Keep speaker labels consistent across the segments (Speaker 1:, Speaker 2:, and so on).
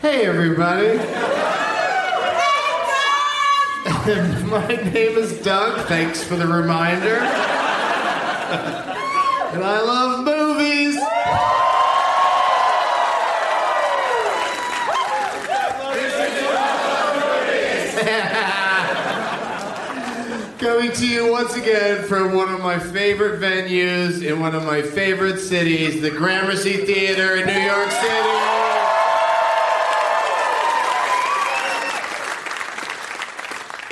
Speaker 1: Hey, everybody. My name is Doug. Thanks for the reminder. and I love movies. Coming to you once again from one of my favorite venues in one of my favorite cities, the Gramercy Theater in New York City.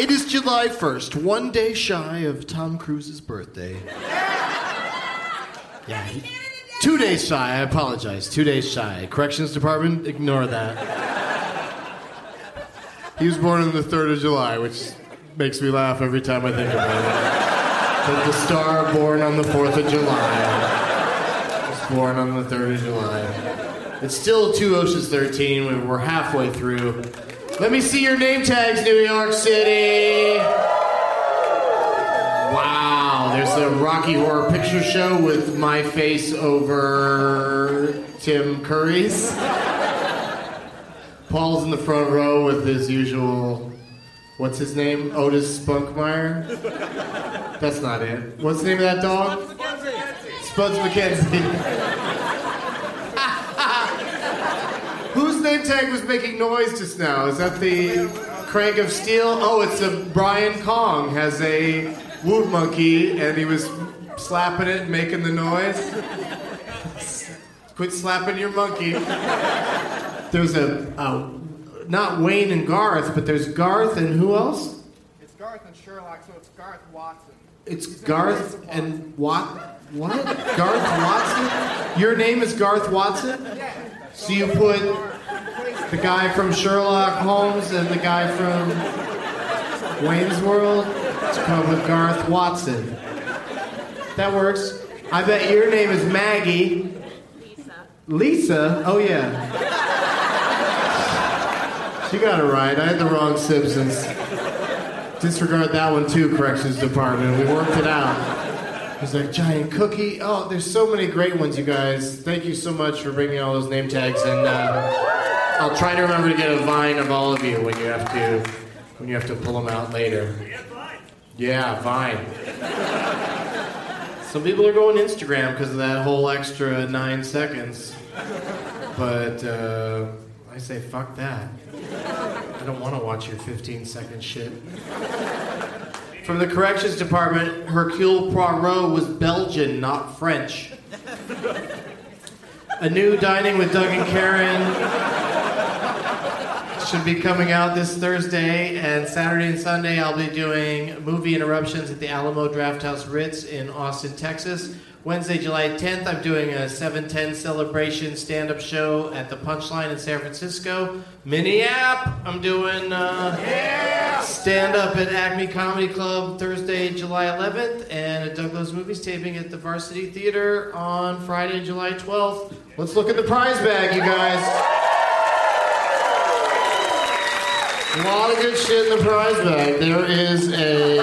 Speaker 1: It is July 1st, one day shy of Tom Cruise's birthday. Yeah. he- Two days shy, I apologize. Two days shy. Corrections Department, ignore that. He was born on the 3rd of July, which makes me laugh every time I think about it. But the star born on the 4th of July was born on the 3rd of July. It's still 2 Oceans 13, and we're halfway through. Let me see your name tags, New York City. Wow, there's the Rocky Horror Picture Show with my face over Tim Curry's. Paul's in the front row with his usual, what's his name? Otis Spunkmeyer? That's not it. What's the name of that dog? Spuds McKenzie. Who's
Speaker 2: name tag was making noise just now? Is that the crank of steel? Oh, it's a Brian Kong has a woot monkey and he was slapping it and making the noise. Quit slapping your monkey. There's a, a not Wayne and Garth, but there's Garth and who else?
Speaker 3: It's Garth and Sherlock, so it's Garth Watson.
Speaker 2: It's Garth and Wat. What? Garth Watson? Your name is Garth Watson?
Speaker 3: Yeah.
Speaker 2: So you put the guy from Sherlock Holmes and the guy from Wayne's World to come with Garth Watson. That works. I bet your name is Maggie. Lisa. Lisa? Oh, yeah. She got it right. I had the wrong Simpsons. Disregard that one, too, Corrections Department. We worked it out. There's like giant cookie. Oh, there's so many great ones, you guys. Thank you so much for bringing all those name tags, and uh, I'll try to remember to get a vine of all of you when you have to when you have to pull them out later. Yeah, vine. Some people are going Instagram because of that whole extra nine seconds, but uh, I say fuck that. I don't want to watch your 15 second shit. From the corrections department, Hercule Poirot was Belgian, not French. A new Dining with Doug and Karen should be coming out this Thursday, and Saturday and Sunday I'll be doing movie interruptions at the Alamo Drafthouse Ritz in Austin, Texas. Wednesday, July 10th, I'm doing a 710 celebration stand up show at the Punchline in San Francisco. Mini app, I'm doing. Uh, Stand up at Acme Comedy Club Thursday, July 11th, and at Douglas Movies taping at the Varsity Theater on Friday, July 12th. Let's look at the prize bag, you guys. A lot of good shit in the prize bag. There is a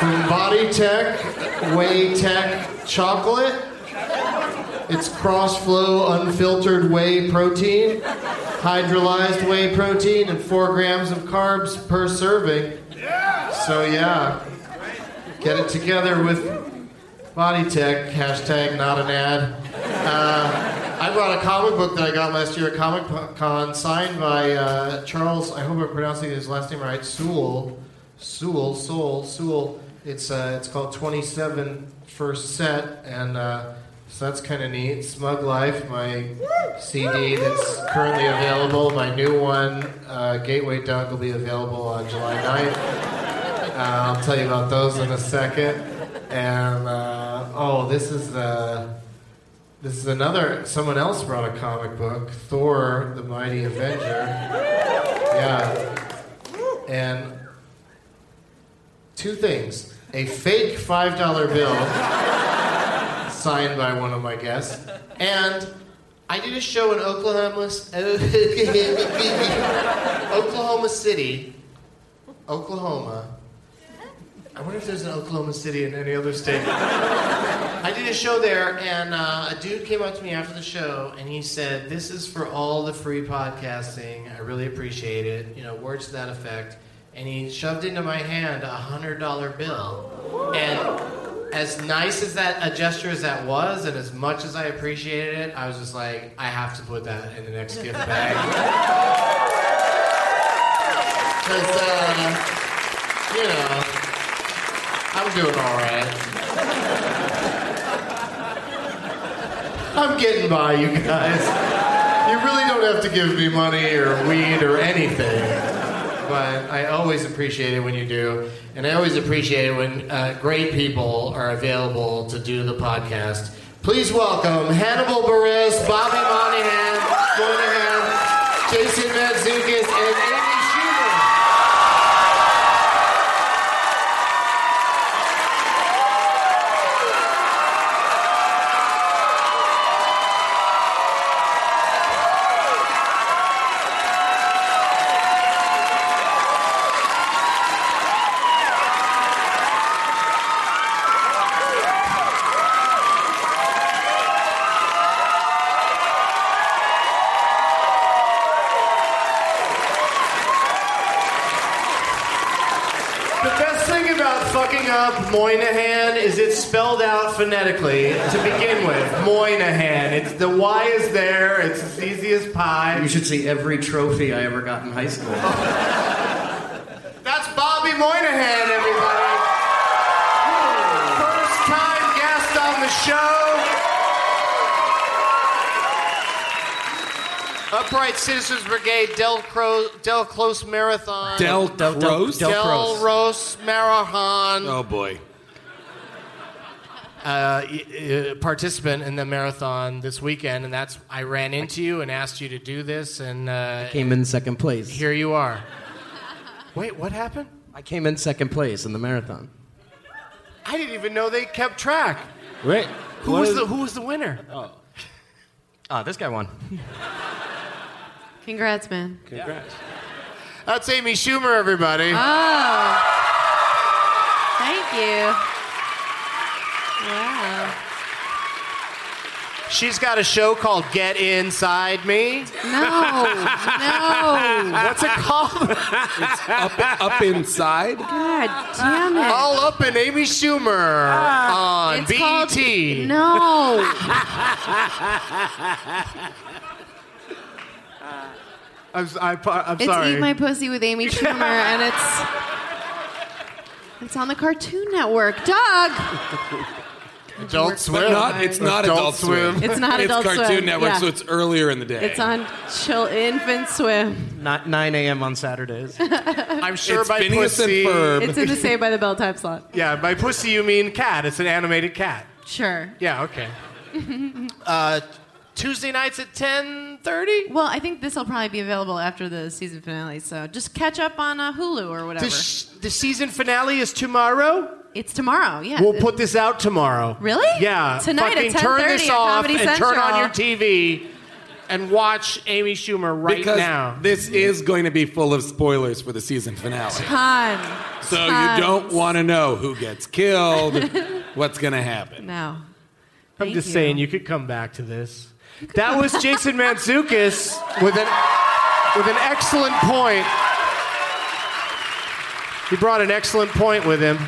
Speaker 2: from Body Tech, Way Tech chocolate. It's cross flow unfiltered whey protein, hydrolyzed whey protein, and four grams of carbs per serving. So, yeah, get it together with Body Tech, hashtag not an ad. Uh, I brought a comic book that I got last year at Comic Con, signed by uh, Charles, I hope I'm pronouncing his last name right, Sewell. Sewell, Sewell, Sewell. It's, uh, it's called 27 First Set, and uh, so that's kind of neat. Smug Life, my CD that's currently available. My new one, uh, Gateway Dog, will be available on July 9th. Uh, I'll tell you about those in a second. And uh, oh, this is uh, this is another. Someone else brought a comic book, Thor: The Mighty Avenger. Yeah, and two things: a fake five dollar bill signed by one of my guests, and. I did a show in Oklahoma, S- Oklahoma City, Oklahoma, I wonder if there's an Oklahoma City in any other state. I did a show there, and uh, a dude came up to me after the show, and he said, "This is for all the free podcasting. I really appreciate it." You know, words to that effect. And he shoved into my hand a hundred dollar bill, and as nice as that a gesture as that was, and as much as I appreciated it, I was just like, I have to put that in the next gift bag. 'Cause, uh, you know. I'm doing all right. I'm getting by, you guys. You really don't have to give me money or weed or anything. But I always appreciate it when you do. And I always appreciate it when uh, great people are available to do the podcast. Please welcome Hannibal Buress, Bobby Monahan, Monahan, Jason Matzukis, and Amy Schumer. looking up Moynihan is it's spelled out phonetically to begin with. Moynihan. It's the Y is there. It's as easy as pie.
Speaker 4: You should see every trophy I ever got in high school.
Speaker 2: That's Bobby Moynihan, everybody. First time guest on the show. Upright Citizens Brigade Del, Cro- Del Close Marathon.
Speaker 5: Del
Speaker 4: Del- Del-
Speaker 5: Croce?
Speaker 4: Del-
Speaker 2: Del
Speaker 4: Close.
Speaker 2: Rose Marathon.
Speaker 5: oh boy.
Speaker 2: uh, y- uh, participant in the marathon this weekend, and that's I ran into you and asked you to do this, and uh,
Speaker 4: Came in second place.
Speaker 2: here you are. Wait, what happened?
Speaker 4: I came in second place in the marathon.
Speaker 2: I didn't even know they kept track.
Speaker 4: Right.
Speaker 2: Who was the Who was the winner?
Speaker 4: Ah, this guy won.
Speaker 6: Congrats, man.
Speaker 4: Congrats.
Speaker 2: That's Amy Schumer, everybody.
Speaker 6: Oh. Thank you. Wow.
Speaker 2: She's got a show called Get Inside Me.
Speaker 6: No. No.
Speaker 2: What's it called?
Speaker 5: Up, up inside.
Speaker 6: God damn it.
Speaker 2: All up in Amy Schumer on E
Speaker 6: It's called-
Speaker 2: BET.
Speaker 6: No.
Speaker 2: I'm, s- I, am
Speaker 6: It's
Speaker 2: sorry.
Speaker 6: Eat My Pussy with Amy Schumer, and it's it's on the Cartoon Network. Doug,
Speaker 2: Adult Swim.
Speaker 5: But not, it's not Adult, Swim.
Speaker 6: It's not Adult
Speaker 5: It's Cartoon
Speaker 6: Swim,
Speaker 5: Network,
Speaker 6: yeah.
Speaker 5: so it's earlier in the day.
Speaker 6: it's on Chill Infant Swim.
Speaker 4: Not 9 a.m. on Saturdays.
Speaker 2: I'm sure
Speaker 5: It's
Speaker 2: by
Speaker 5: Phineas and
Speaker 2: pussy.
Speaker 5: Ferb.
Speaker 6: It's in the Saved by the Bell time slot.
Speaker 2: Yeah, by pussy you mean cat. It's an animated cat.
Speaker 6: Sure.
Speaker 2: Yeah, okay. uh, Tuesday nights at 10.30?
Speaker 6: Well, I think this will probably be available after the season finale, so just catch up on uh, Hulu or whatever.
Speaker 2: The, sh- the season finale is tomorrow.
Speaker 6: it's tomorrow. Yeah.
Speaker 2: We'll put this out tomorrow.
Speaker 6: Really?
Speaker 2: Yeah.
Speaker 6: Tonight
Speaker 2: Fucking
Speaker 6: at
Speaker 2: turn
Speaker 6: 10:30
Speaker 2: this
Speaker 6: at
Speaker 2: off
Speaker 6: Comedy
Speaker 2: and turn on
Speaker 6: Central.
Speaker 2: your TV and watch Amy Schumer right
Speaker 5: because
Speaker 2: now.
Speaker 5: this is going to be full of spoilers for the season finale.
Speaker 6: Time.
Speaker 5: So
Speaker 6: Tons.
Speaker 5: you don't want to know who gets killed, what's going to happen.
Speaker 6: No.
Speaker 2: I'm
Speaker 6: Thank
Speaker 2: just
Speaker 6: you.
Speaker 2: saying you could come back to this. That was Jason Mantzoukas with an with an excellent point. He brought an excellent point with him.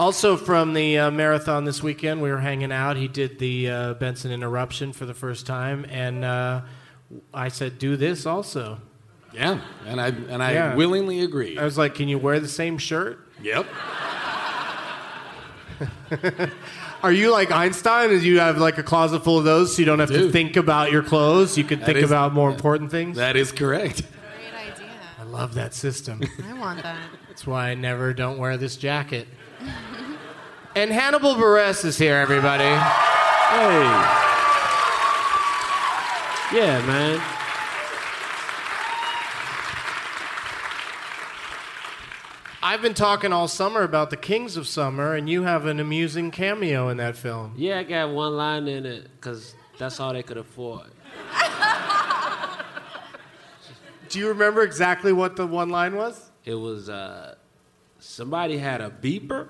Speaker 2: Also from the uh, marathon this weekend, we were hanging out. He did the uh, Benson interruption for the first time, and uh, I said, "Do this also."
Speaker 5: Yeah, and I and I
Speaker 2: Yeah.
Speaker 5: willingly agree.
Speaker 2: I
Speaker 7: Uh,
Speaker 2: was like, "Can you wear the same shirt?"
Speaker 5: yep.
Speaker 2: Are you like Einstein? Do you have like a closet full of those, so you don't have to
Speaker 5: Dude.
Speaker 2: think about your clothes? You can think
Speaker 5: is-
Speaker 2: about more important things.
Speaker 5: That is correct.
Speaker 6: Great idea.
Speaker 2: I love that system.
Speaker 6: I want that.
Speaker 2: That's why I never don't wear this jacket. and Hannibal Buress is here, everybody. Hey. Yeah, man. I've been talking all summer about the Kings of Summer, and you have an amusing cameo in that film.
Speaker 7: Yeah, I got one line in it because that's all they could afford.
Speaker 2: Do you remember exactly what the one line was?
Speaker 7: It was uh, somebody had a beeper.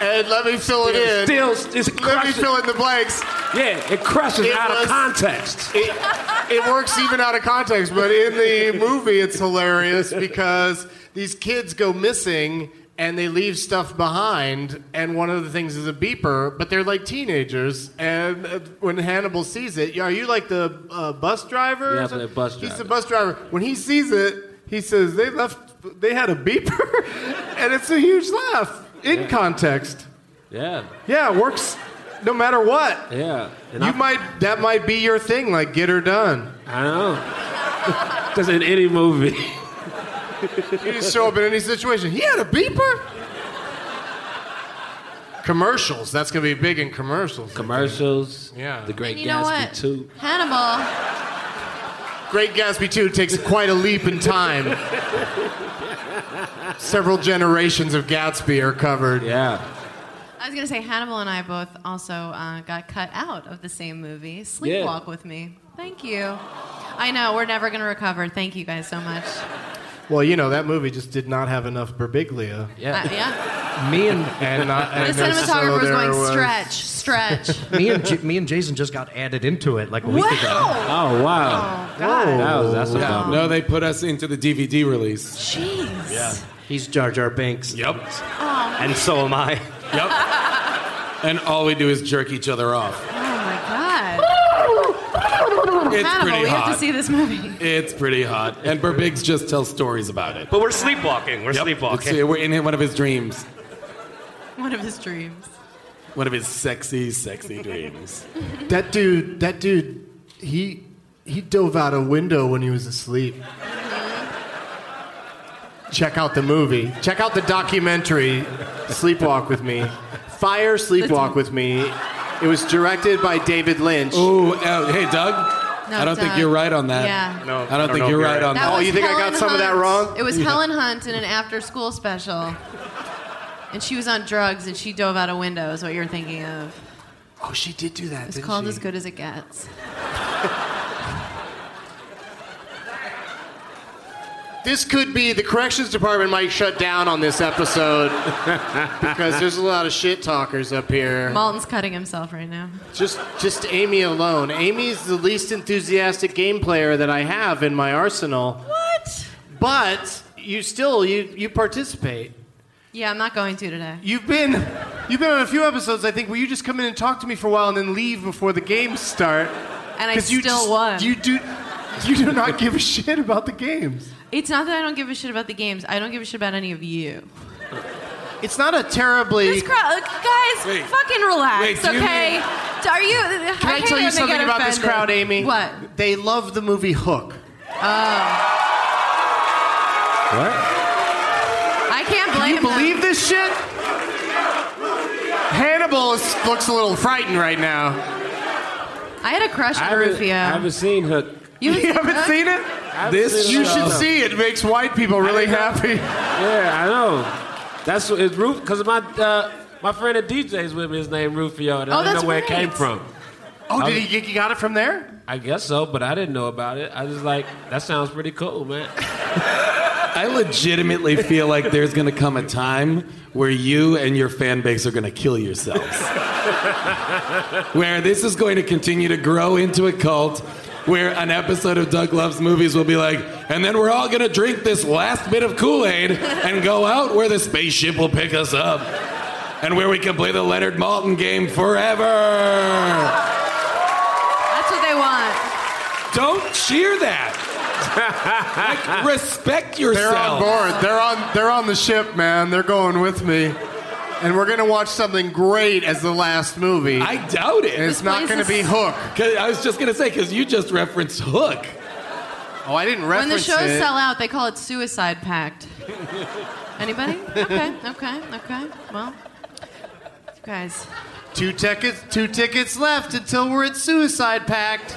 Speaker 2: And let me fill it in.
Speaker 7: Still, it's
Speaker 2: let me
Speaker 7: crushes.
Speaker 2: fill in the blanks.
Speaker 7: Yeah, it crushes
Speaker 2: It
Speaker 7: out
Speaker 2: was-
Speaker 7: of context.
Speaker 2: it, it works even out of context, but in the movie, it's hilarious because these kids go missing and they leave stuff behind. And one of the things is a beeper, but they're like teenagers. And uh, when Hannibal sees it, are you like the uh, bus driver? or
Speaker 7: Yeah, I'm the
Speaker 2: something?
Speaker 7: bus
Speaker 2: He's the
Speaker 7: driver.
Speaker 2: bus driver. When he sees it, he says, They left, they had a beeper. and it's a huge laugh in context.
Speaker 7: Yeah,
Speaker 2: Yeah, it works no matter what.
Speaker 7: yeah. And
Speaker 2: You
Speaker 7: I,
Speaker 2: might that might be your thing, like get her done.
Speaker 7: I know. Because in any movie,
Speaker 2: You just show up in any situation. He had a beeper. Commercials. That's gonna be big in commercials.
Speaker 7: commercials,
Speaker 2: Yeah.
Speaker 7: The Great
Speaker 6: And you know
Speaker 7: Gatsby
Speaker 6: what?
Speaker 7: too.
Speaker 6: Hannibal.
Speaker 2: Great Gatsby 2 takes quite a leap in time. Several generations of Gatsby are covered.
Speaker 7: Yeah,
Speaker 6: I was gonna say Hannibal and I both also uh, got cut out of the same movie. Sleepwalk with me. Thank you. I know we're never gonna recover. Thank you guys so much.
Speaker 2: Well, you know that movie just did not have enough Berbiglia.
Speaker 7: yeah.
Speaker 6: Uh, yeah.
Speaker 4: Me and
Speaker 5: and, uh, and
Speaker 6: the cinematographer was
Speaker 4: there
Speaker 6: going
Speaker 4: was-
Speaker 6: stretch, stretch.
Speaker 4: me and J- me and Jason just got added into it like a week ago.
Speaker 6: Wow.
Speaker 5: Oh wow!
Speaker 4: That
Speaker 7: was- that's a
Speaker 5: Yeah.
Speaker 7: problem.
Speaker 5: No, they put us into the DVD release.
Speaker 6: Jeez.
Speaker 4: He's Jar Jar Binks.
Speaker 5: Yep.
Speaker 6: Oh,
Speaker 4: And so am I.
Speaker 5: Yep. and all we do is jerk each other off.
Speaker 6: oh my God.
Speaker 5: It's
Speaker 6: Hannibal,
Speaker 5: pretty
Speaker 6: we have
Speaker 5: hot.
Speaker 6: to see this movie.
Speaker 5: It's pretty hot. And Burbigs just tells stories about it.
Speaker 4: But we're sleepwalking. We're
Speaker 5: Yep. It's- We're in one of his dreams.
Speaker 6: One of his dreams.
Speaker 5: One of his sexy, sexy dreams.
Speaker 2: That dude, that dude, he he dove out a window when he was asleep. Check out the movie. Check out the documentary Sleepwalk with Me. Fire Sleepwalk with Me. It was directed by David Lynch.
Speaker 5: Ooh, uh, hey, Doug.
Speaker 6: No,
Speaker 5: I don't think
Speaker 6: Doug.
Speaker 5: you're right on that.
Speaker 6: Yeah.
Speaker 4: No,
Speaker 5: I don't,
Speaker 4: I don't know
Speaker 5: think
Speaker 4: if
Speaker 5: you're
Speaker 4: you're
Speaker 5: right
Speaker 4: right.
Speaker 5: on
Speaker 6: That
Speaker 5: that.
Speaker 2: Oh,
Speaker 6: was
Speaker 2: you think I got
Speaker 6: Helen
Speaker 2: some of that
Speaker 6: Hunt.
Speaker 2: wrong?
Speaker 6: It was Helen Hunt in an after-school special, and she was on drugs and she dove out a window. Is what you're thinking of?
Speaker 2: Oh, she did do that.
Speaker 6: It's
Speaker 2: didn't
Speaker 6: called
Speaker 2: she?
Speaker 6: as good as it gets.
Speaker 2: This could be the corrections department might shut down on this episode because there's a lot of shit talkers up here.
Speaker 6: Malton's cutting himself right now.
Speaker 2: Just just Amy alone. Amy's the least enthusiastic game player that I have in my arsenal.
Speaker 6: What?
Speaker 2: But you still you you participate.
Speaker 6: Yeah, I'm not going to today.
Speaker 2: You've been you've been on a few episodes I think where you just come in and talk to me for a while and then leave before the games start.
Speaker 6: And I
Speaker 2: 'Cause you
Speaker 6: still
Speaker 2: just-
Speaker 6: won.
Speaker 2: You do you do not give a shit about the games.
Speaker 6: It's not that I don't give a shit about the games. I don't give a shit about any of you.
Speaker 2: It's not a terribly
Speaker 6: This crowd, look, uh, guys,
Speaker 5: Wait.
Speaker 6: fucking relax,
Speaker 5: Wait, do you
Speaker 6: okay? Are you?
Speaker 2: Can I, tell you something about this crowd, Amy?
Speaker 6: What?
Speaker 2: They love the movie Hook.
Speaker 7: What?
Speaker 6: I can't
Speaker 2: Can
Speaker 6: blame
Speaker 2: you believe this shit? Hannibal is, looks a little frightened right now.
Speaker 6: them. I had a crush
Speaker 7: I
Speaker 6: on
Speaker 7: haven't,
Speaker 6: Rufio.
Speaker 7: I haven't seen Hook.
Speaker 6: you
Speaker 2: You haven't
Speaker 6: Hook?
Speaker 2: seen it?
Speaker 7: I haven't
Speaker 5: This-
Speaker 7: seen
Speaker 2: You
Speaker 7: Hook.
Speaker 2: should see it. It Makes white people really happy.
Speaker 7: Yeah, I know. That's what it's Ruf because my uh, my friend at DJ's with me. His name Rufio, and
Speaker 6: Oh,
Speaker 7: I didn't
Speaker 6: that's
Speaker 7: know where it came
Speaker 6: right.
Speaker 7: from.
Speaker 2: Oh, did he, you got it from there?
Speaker 7: I guess so, but I didn't know about it. I was like, that sounds pretty cool, man.
Speaker 5: I legitimately feel like there's going to come a time where you and your fan base are going to kill yourselves. where this is going to continue to grow into a cult, where an episode of Doug Loves Movies will be like, and then we're all going to drink this last bit of Kool Aid and go out where the spaceship will pick us up, and where we can play the Leonard Malton game forever.
Speaker 6: That's what they want.
Speaker 5: Don't cheer that. Like, respect yourself.
Speaker 2: board. They're on. They're on the ship, man. They're going with me, and we're gonna watch something great as the last movie.
Speaker 5: I doubt it.
Speaker 2: and it's
Speaker 6: This
Speaker 2: not
Speaker 6: place
Speaker 2: gonna
Speaker 6: is-
Speaker 2: be Hook.
Speaker 5: 'Cause I was just gonna say because you just referenced Hook.
Speaker 2: Oh, I didn't
Speaker 6: When the
Speaker 2: reference
Speaker 6: shows
Speaker 2: it.
Speaker 6: sell out, they call it suicide pact. Anybody? Okay, okay, okay. Well, you guys.
Speaker 2: two tickets. Two tickets left until we're at Suicide Pact.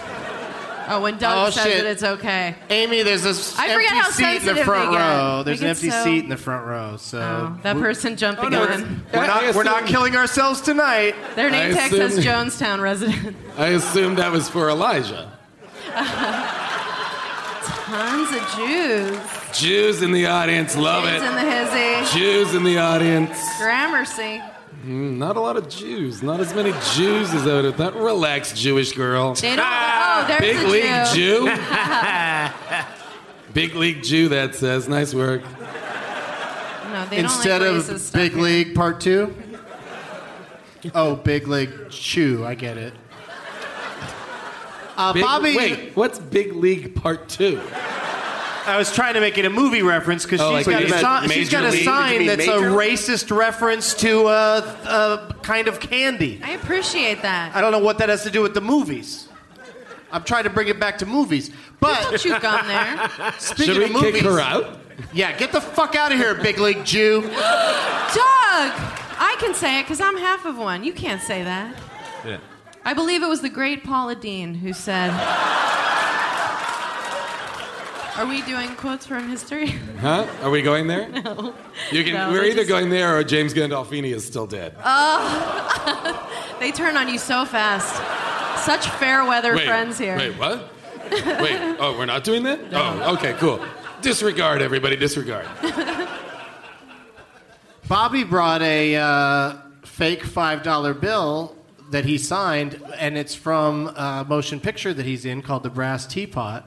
Speaker 6: Oh, when Doug
Speaker 2: Oh,
Speaker 6: says
Speaker 2: shit.
Speaker 6: it, it's okay.
Speaker 2: Amy, there's this
Speaker 6: I forget
Speaker 2: empty
Speaker 6: how
Speaker 2: seat in the
Speaker 6: sensitive
Speaker 2: front
Speaker 6: they get.
Speaker 2: row.
Speaker 6: They
Speaker 2: There's an
Speaker 6: get
Speaker 2: empty
Speaker 6: so-
Speaker 2: seat in the front row. So
Speaker 6: Oh, that person jumped the
Speaker 5: no,
Speaker 6: gun.
Speaker 2: we're
Speaker 5: I
Speaker 2: not we're not
Speaker 5: assume-
Speaker 2: killing ourselves tonight.
Speaker 6: Their name
Speaker 5: I
Speaker 6: tag says
Speaker 5: assume-
Speaker 6: Jonestown resident.
Speaker 5: I assumed that was for Elijah.
Speaker 6: Tons of Jews.
Speaker 5: Jews in the audience love
Speaker 6: Jews in
Speaker 5: it.
Speaker 6: the hizzy.
Speaker 5: Jews in the audience.
Speaker 6: Gramercy.
Speaker 5: Not a lot of Jews. Not as many Jews as I would have thought. Relax, Jewish girl.
Speaker 6: They don't- oh, there's
Speaker 5: Big
Speaker 6: a
Speaker 5: league
Speaker 6: Jew.
Speaker 5: Jew. Big league Jew. That says nice work.
Speaker 6: No, they
Speaker 2: Instead
Speaker 6: don't like racist
Speaker 2: of
Speaker 6: stuff
Speaker 2: Big
Speaker 6: here.
Speaker 2: League Part Two. Oh, Big League Chew. I get it. Uh,
Speaker 5: Big-
Speaker 2: Bobby,
Speaker 5: wait, what's Big League Part Two?
Speaker 2: I was trying to make it a movie reference because
Speaker 5: Oh,
Speaker 2: she's,
Speaker 5: like you
Speaker 2: got a
Speaker 5: meant
Speaker 2: si- she's
Speaker 5: Major
Speaker 2: got a
Speaker 5: League? You
Speaker 2: sign
Speaker 5: mean
Speaker 2: that's a
Speaker 5: Major?
Speaker 2: racist reference to a, a kind of candy.
Speaker 6: I appreciate that.
Speaker 2: I don't know what that has to do with the movies. I'm trying to bring it back to movies.
Speaker 6: Don't
Speaker 2: But
Speaker 6: chew gum there.
Speaker 2: speaking
Speaker 5: Should we
Speaker 2: of movies,
Speaker 5: kick her out?
Speaker 2: yeah, get the fuck out of here, big league Jew.
Speaker 6: Doug! I can say it because I'm half of one. You can't say that.
Speaker 7: Yeah.
Speaker 6: I believe it was the great Paula Dean who said. Are we doing quotes from history?
Speaker 5: Huh? Are we going there? No. You can,
Speaker 6: No,
Speaker 5: we're
Speaker 6: we're
Speaker 5: either
Speaker 6: just-
Speaker 5: going there or James Gandolfini is still dead.
Speaker 6: they turn on you so fast. Such fair weather friends here.
Speaker 5: Wait, what? wait, oh, we're not doing that? Oh, okay, cool. Disregard, everybody, disregard.
Speaker 2: Bobby brought a uh, fake $5 bill that he signed, and it's from a motion picture that he's in called The Brass Teapot.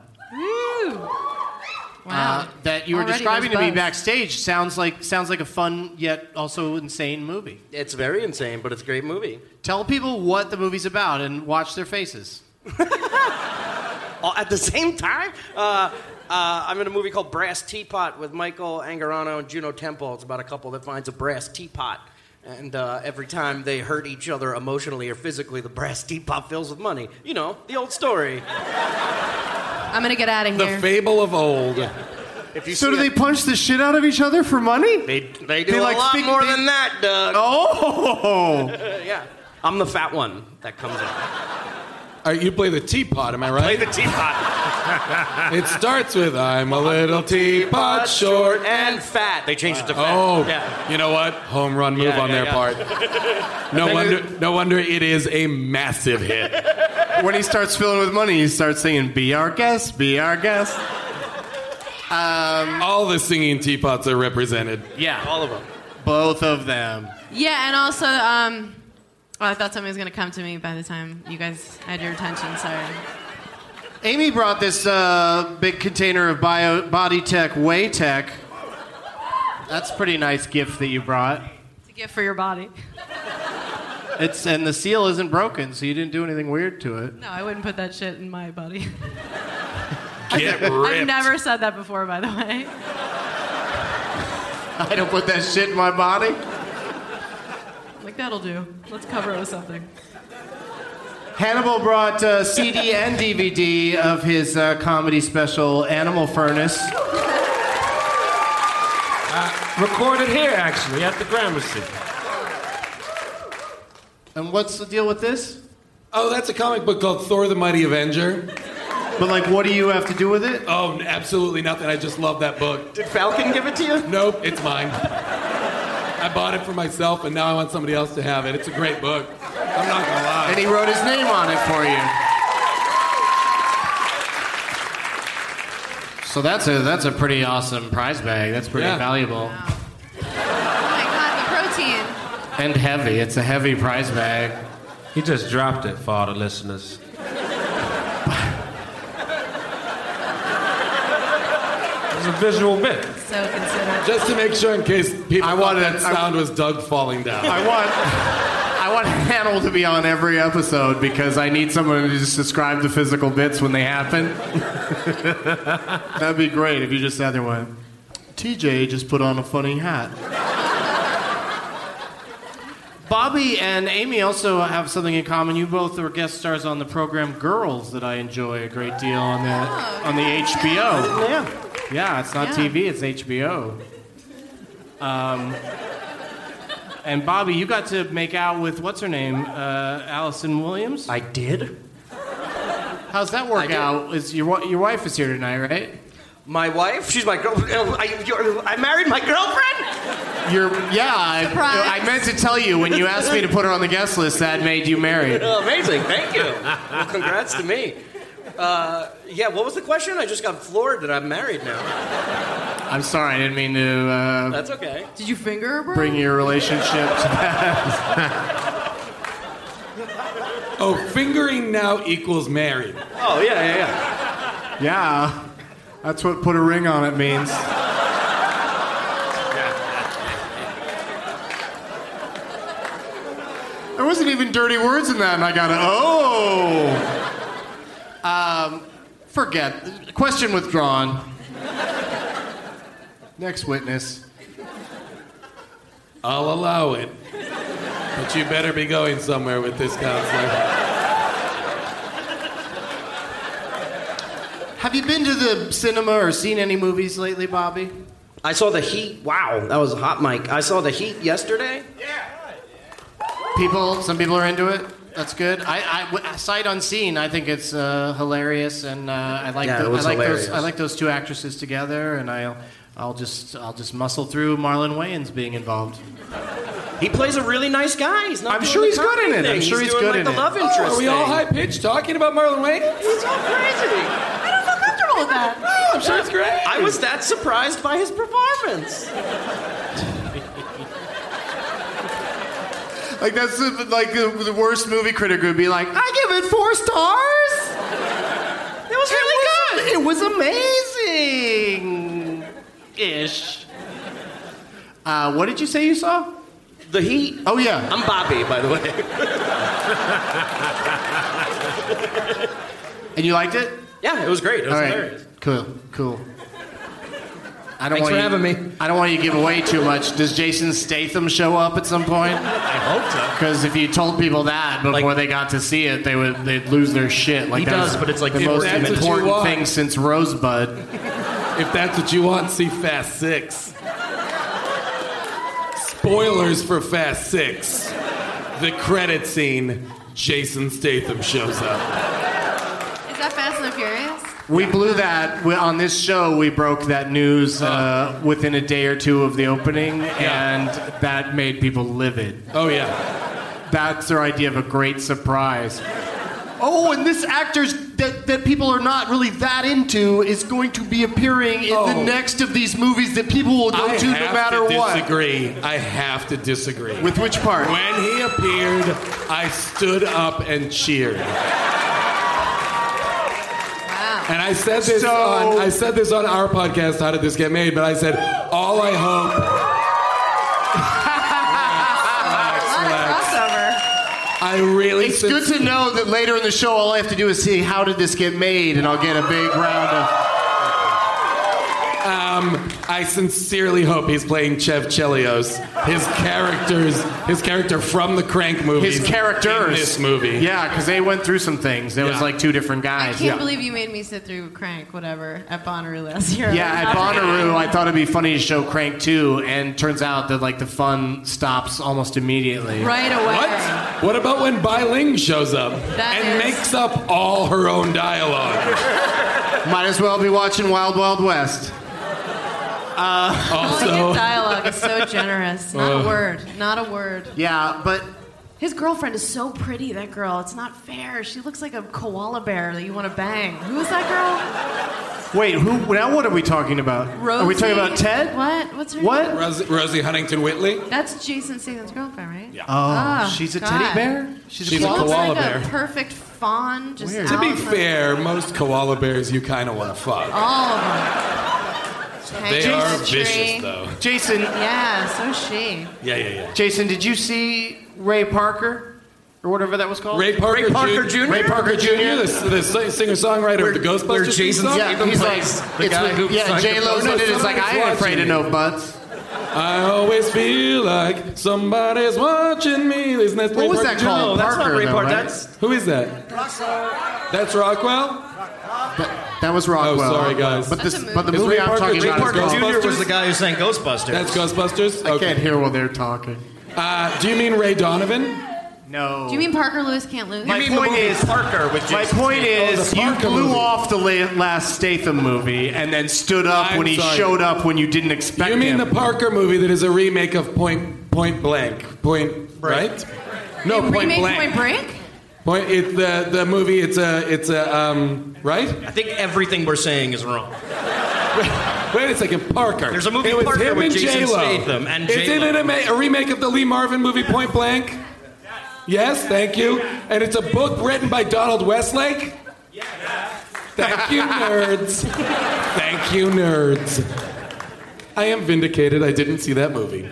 Speaker 6: Wow.
Speaker 2: Uh, that you were
Speaker 6: Oh, Already
Speaker 2: describing to
Speaker 6: there's
Speaker 2: me
Speaker 6: buzz.
Speaker 2: backstage sounds like sounds like a fun yet also insane movie.
Speaker 4: It's very insane, but it's a great movie.
Speaker 2: Tell people what the movie's about and watch their faces.
Speaker 4: All at the same time? Uh, uh, I'm in a movie called Brass Teapot with Michael Angarano and Juno Temple. It's about a couple that finds a brass teapot. And uh, every time they hurt each other emotionally or physically, the brass teapot fills with money. You know, the old story.
Speaker 6: I'm gonna get out of here.
Speaker 5: fable of old.
Speaker 4: If you
Speaker 2: So
Speaker 4: see
Speaker 2: do they
Speaker 4: it-
Speaker 2: punch the shit out of each other for money?
Speaker 4: They, they do
Speaker 2: They
Speaker 4: a
Speaker 2: like
Speaker 4: lot
Speaker 2: speak-
Speaker 4: more
Speaker 2: they-
Speaker 4: than that, Doug.
Speaker 2: Oh.
Speaker 4: yeah. I'm the fat one that comes in.
Speaker 5: All right, you play the teapot, am I right?
Speaker 4: Play the teapot.
Speaker 5: it starts with I'm a little teapot, short
Speaker 4: and fat. They changed it to fat.
Speaker 5: Oh,
Speaker 4: Yeah.
Speaker 5: you know what? Home run move
Speaker 4: Yeah,
Speaker 5: on
Speaker 4: yeah,
Speaker 5: their
Speaker 4: yeah.
Speaker 5: part. No wonder, no wonder it is a massive hit.
Speaker 2: when he starts filling with money, he starts singing, Be our guest, be our guest.
Speaker 5: All the singing teapots are represented.
Speaker 4: Yeah, all of them.
Speaker 2: Both of them.
Speaker 6: Yeah, and also, um, well, I thought somebody was gonna come to me by the time you guys had your attention. Sorry.
Speaker 2: Amy brought this uh, big container of bio, Body Tech, Way Tech. That's a pretty nice gift that you brought.
Speaker 6: It's a gift for your body.
Speaker 2: It's and the seal isn't broken, so you didn't do anything weird to it.
Speaker 6: No, I wouldn't put that shit in my body.
Speaker 5: Get
Speaker 6: I've
Speaker 5: ripped.
Speaker 6: never said that before, by the way.
Speaker 2: I don't put that shit in my body.
Speaker 6: Like that'll do. Let's cover it with something.
Speaker 2: Hannibal brought uh, CD and DVD of his uh, comedy special Animal Furnace.
Speaker 7: Recorded here, actually, at the Gramercy.
Speaker 2: And what's the deal with this?
Speaker 5: Oh, that's a comic book called Thor the Mighty Avenger.
Speaker 2: But like, what do you have to do with it?
Speaker 5: Oh, absolutely nothing. I just love that book.
Speaker 4: Did Falcon give it to you?
Speaker 5: Nope, it's mine. I bought it for myself, and now I want somebody else to have it. It's a great book. I'm not gonna lie.
Speaker 2: And he wrote his name on it for you. So that's a that's a pretty awesome prize bag. That's pretty
Speaker 5: Yeah.
Speaker 2: valuable
Speaker 6: Oh my god, the protein.
Speaker 2: and heavy. It's a heavy prize bag.
Speaker 7: He just dropped it for all the listeners. it's a visual bit.
Speaker 6: So considerate.
Speaker 5: Just to make sure, in case people
Speaker 2: I
Speaker 5: I
Speaker 2: wanted-
Speaker 5: wanted, that
Speaker 2: I-
Speaker 5: sound was Doug falling down.
Speaker 2: I want I want Hannibal to be on every episode because I need someone to just describe the physical bits when they happen. That'd be great if you just sat there and went, TJ just put on a funny hat. Bobby and Amy also have something in common. You both were guest stars on the program Girls that I enjoy a great deal on the on the HBO. Yeah. Yeah, it's not
Speaker 6: Yeah.
Speaker 2: TV, it's HBO. Um, and Bobby, you got to make out with what's her name, uh, Allison Williams.
Speaker 4: I did.
Speaker 2: How's that work out? Is your wi- your wife is here tonight, right?
Speaker 4: My wife? She's my girlfriend. I, you're- I married my girlfriend?
Speaker 2: You're yeah. I,
Speaker 6: Surprise.
Speaker 2: I meant to tell you when you asked me to put her on the guest list that made you married.
Speaker 4: Oh, amazing. Thank you. Well, congrats to me. Uh, yeah, what was the question? I just got floored that I'm married now.
Speaker 2: I'm sorry, I didn't mean to uh,
Speaker 4: That's okay.
Speaker 6: Did you finger her, bro?
Speaker 2: bring your relationship. to-
Speaker 5: Oh, fingering now equals married.
Speaker 4: Oh, yeah, yeah, yeah.
Speaker 2: yeah, that's what put a ring on it means. There wasn't even dirty words in that, and I got a oh. Um, forget. Question withdrawn. Next witness.
Speaker 5: I'll allow it. But you better be going somewhere with this counselor.
Speaker 2: Have you been to the cinema or seen any movies lately, Bobby?
Speaker 4: I saw the heat. Wow, that was a hot mic. I saw the heat yesterday.
Speaker 2: People, some people are into it. That's good. I, I w- sight unseen. I think it's uh, hilarious, and uh, I like.
Speaker 4: Yeah,
Speaker 2: the,
Speaker 4: it was
Speaker 2: I like
Speaker 4: hilarious.
Speaker 2: those. I like those two actresses together, and I'll, I'll just, I'll just muscle through Marlon Wayans being involved.
Speaker 4: He plays a really nice guy. He's not.
Speaker 2: I'm
Speaker 4: doing
Speaker 2: sure
Speaker 4: the
Speaker 2: he's good
Speaker 4: comedy
Speaker 2: in it. I'm
Speaker 4: thing.
Speaker 2: sure he's
Speaker 4: doing,
Speaker 2: good
Speaker 4: like,
Speaker 2: in
Speaker 4: the
Speaker 2: it.
Speaker 4: love interest.
Speaker 5: Oh, are we all
Speaker 4: thing.
Speaker 5: high pitched talking about Marlon Wayne?
Speaker 4: He's so crazy.
Speaker 6: I don't feel comfortable with that.
Speaker 5: Oh, I'm sure it's great.
Speaker 4: I was that surprised by his performance.
Speaker 2: Like that's the, like the, the worst movie critic would be like, I give it four stars.
Speaker 4: It was really
Speaker 2: It was amazing. Ish. Uh, what did you say you saw?
Speaker 4: The Heat.
Speaker 2: Oh yeah.
Speaker 4: I'm Bobby, by the way.
Speaker 2: And you liked it?
Speaker 4: Yeah, it was great. It was
Speaker 2: All right.
Speaker 4: hilarious.
Speaker 2: Cool. Cool. I don't
Speaker 4: Thanks
Speaker 2: want
Speaker 4: for
Speaker 2: you,
Speaker 4: having
Speaker 2: me. I don't want you to give away too much. Does Jason Statham show up at some point? I
Speaker 4: hope so.
Speaker 2: Because if you told people that before they got to see it, they would they'd lose their shit. Like
Speaker 5: He
Speaker 2: that's
Speaker 5: does, but it's like,
Speaker 2: the
Speaker 5: if
Speaker 2: most
Speaker 5: that's what you
Speaker 2: important
Speaker 5: want.
Speaker 2: thing since Rosebud.
Speaker 5: If that's what you want, see Fast Six. Spoilers for Fast Six. The credit scene, Jason Statham shows up.
Speaker 6: Is that Fast and the Furious?
Speaker 2: We blew that we, on this show. We broke that news
Speaker 4: Uh-huh.
Speaker 2: uh, within a day or two of the opening, and that made people livid.
Speaker 5: Oh yeah,
Speaker 2: that's their idea of a great surprise. Oh, and this actor's that, that people are not really that into is going to be appearing in the next of these movies that people will go
Speaker 5: Oh. I
Speaker 2: to no
Speaker 5: have
Speaker 2: matter
Speaker 5: to
Speaker 2: what.
Speaker 5: disagree. I have to disagree.
Speaker 2: With which part?
Speaker 5: When he appeared, I stood up and cheered. And I said this on I said this on our podcast, How Did This Get Made? But I said, all I hope I really
Speaker 2: It's good to know that later in the show, all I have to do is see how did this get made, and I'll get a big round of.
Speaker 5: um, I sincerely hope he's playing Chev Chelios. His characters his character from the crank movie.
Speaker 2: his characters
Speaker 5: in this movie.
Speaker 2: Yeah, because they went through some things. There was
Speaker 5: Yeah.
Speaker 2: like two different
Speaker 6: I
Speaker 2: guys.
Speaker 6: can't
Speaker 2: yeah.
Speaker 6: believe you made me sit through Crank, whatever, at Bonnaroo last year.
Speaker 2: yeah, at Bonnaroo, I thought it'd be funny to show Crank 2, and turns out that like the fun stops almost immediately.
Speaker 6: Right away.
Speaker 5: What? What about when Bai Ling shows up
Speaker 6: That
Speaker 5: and
Speaker 6: is-
Speaker 5: makes up all her own dialogue?
Speaker 2: Might as well be watching Wild Wild West.
Speaker 5: Uh,
Speaker 6: His
Speaker 5: also,
Speaker 6: dialogue is so generous. Not a word. Not a word.
Speaker 2: Yeah, but
Speaker 6: His girlfriend is so pretty, that girl. It's not fair. She looks like a koala bear that you want to bang. Who is that
Speaker 2: wait, who? Now what are we talking about?
Speaker 6: girl? Rosie.
Speaker 2: Are we talking about Ted?
Speaker 6: What? What's her
Speaker 2: What?
Speaker 6: name?
Speaker 5: Rosie, Rosie Huntington Whitley.
Speaker 6: That's Jason Statham's girlfriend, right? Yeah.
Speaker 2: Oh, she's a teddy bear? She's a
Speaker 6: she
Speaker 5: koala
Speaker 6: looks like
Speaker 5: bear.
Speaker 6: a perfect fawn. Just
Speaker 5: To be
Speaker 6: out for
Speaker 5: fair, most koala bears you kind of want to fuck.
Speaker 6: all of them.
Speaker 5: They
Speaker 6: Hang
Speaker 5: are
Speaker 6: the tree.
Speaker 5: vicious, though.
Speaker 2: Jason.
Speaker 6: Yeah, so is she.
Speaker 5: Yeah, yeah, yeah.
Speaker 2: Jason, did you see Ray Parker or whatever that was called?
Speaker 5: Ray Parker, Ju-
Speaker 2: Ray Parker Jr.
Speaker 5: the, the singer songwriter of the Ghostbusters.
Speaker 2: Jason's
Speaker 5: song?
Speaker 2: yeah, he's like, it's like yeah, J Lo's in it. It's like I ain't afraid of no butts.
Speaker 5: I always feel like somebody's watching me. Isn't that
Speaker 2: What
Speaker 5: Ray
Speaker 2: was
Speaker 5: Parker
Speaker 2: that
Speaker 5: Jr.?
Speaker 2: called? No, that's not Parker, Ray though, Parker. right?
Speaker 5: That's who is that? That's Rockwell.
Speaker 2: That was Rockwell.
Speaker 5: Oh, sorry, guys.
Speaker 2: But, this,
Speaker 5: That's a
Speaker 2: but the
Speaker 5: movie.
Speaker 2: movie
Speaker 5: Ray
Speaker 2: I'm
Speaker 5: Parker-
Speaker 2: talking
Speaker 5: Ray
Speaker 2: about
Speaker 5: Parker
Speaker 2: is
Speaker 5: Jr.
Speaker 2: called-
Speaker 5: Ghostbusters?
Speaker 4: was the guy who sang Ghostbusters.
Speaker 5: That's Ghostbusters.
Speaker 2: I can't hear while they're talking.
Speaker 5: Uh, do you mean Ray Donovan?
Speaker 2: No.
Speaker 6: Do you mean Parker Lewis can't lose?
Speaker 2: My point is
Speaker 4: Parker with
Speaker 2: My
Speaker 4: Jason
Speaker 2: point
Speaker 4: Statham.
Speaker 2: is,
Speaker 4: Oh, the
Speaker 2: you
Speaker 4: Parker
Speaker 2: blew
Speaker 4: movie.
Speaker 2: off the la- last Statham movie and then stood up
Speaker 5: I'm
Speaker 2: when he
Speaker 5: sorry.
Speaker 2: showed up when you didn't expect
Speaker 5: You mean
Speaker 2: him.
Speaker 5: the Parker movie that is a remake of Point Point Blank? Point
Speaker 2: Break.
Speaker 5: right? No,
Speaker 6: Remake
Speaker 5: Point Blank.
Speaker 6: Point Break?
Speaker 5: Point. It's the the movie. It's a it's a um right.
Speaker 4: I think everything we're saying is wrong.
Speaker 5: Wait a second, Parker.
Speaker 4: There's a movie
Speaker 5: It was
Speaker 4: Parker
Speaker 5: him
Speaker 4: with
Speaker 5: and
Speaker 4: Jason
Speaker 5: J-Lo.
Speaker 4: Statham and
Speaker 5: It's in
Speaker 4: J-Lo.
Speaker 5: an ama- a remake of the Lee Marvin movie Point Blank. Yes, thank you. And it's a book written by Donald Westlake. Thank you, nerds. Thank you, nerds. I am vindicated. I didn't see that movie.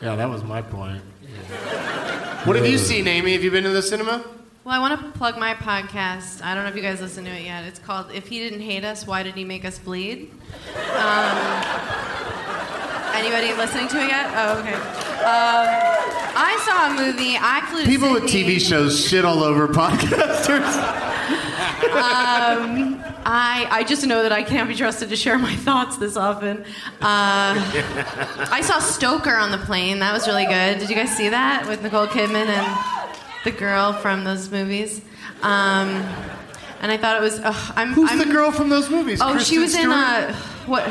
Speaker 2: yeah, that was my point. What have you seen, Amy? Have you been to the cinema?
Speaker 6: Well, I want to plug my podcast. I don't know if you guys listen to it yet. It's called If He Didn't Hate Us, Why Did He Make Us Bleed? Um, anybody listening to it yet? Oh, okay. Um, I saw a movie. I flew to
Speaker 2: People with
Speaker 6: Sydney.
Speaker 2: TV shows shit all over podcasters.
Speaker 6: Um, I, I just know that I can't be trusted to share my thoughts this often. Uh, I saw Stoker on the plane. That was really good. Did you guys see that with Nicole Kidman and the girl from those movies? Um, and I thought it was. Uh, I'm,
Speaker 2: Who's
Speaker 6: I'm,
Speaker 2: the girl from those movies?
Speaker 6: Oh, she
Speaker 2: Kristen
Speaker 6: was in
Speaker 2: Stewart?
Speaker 6: uh, what?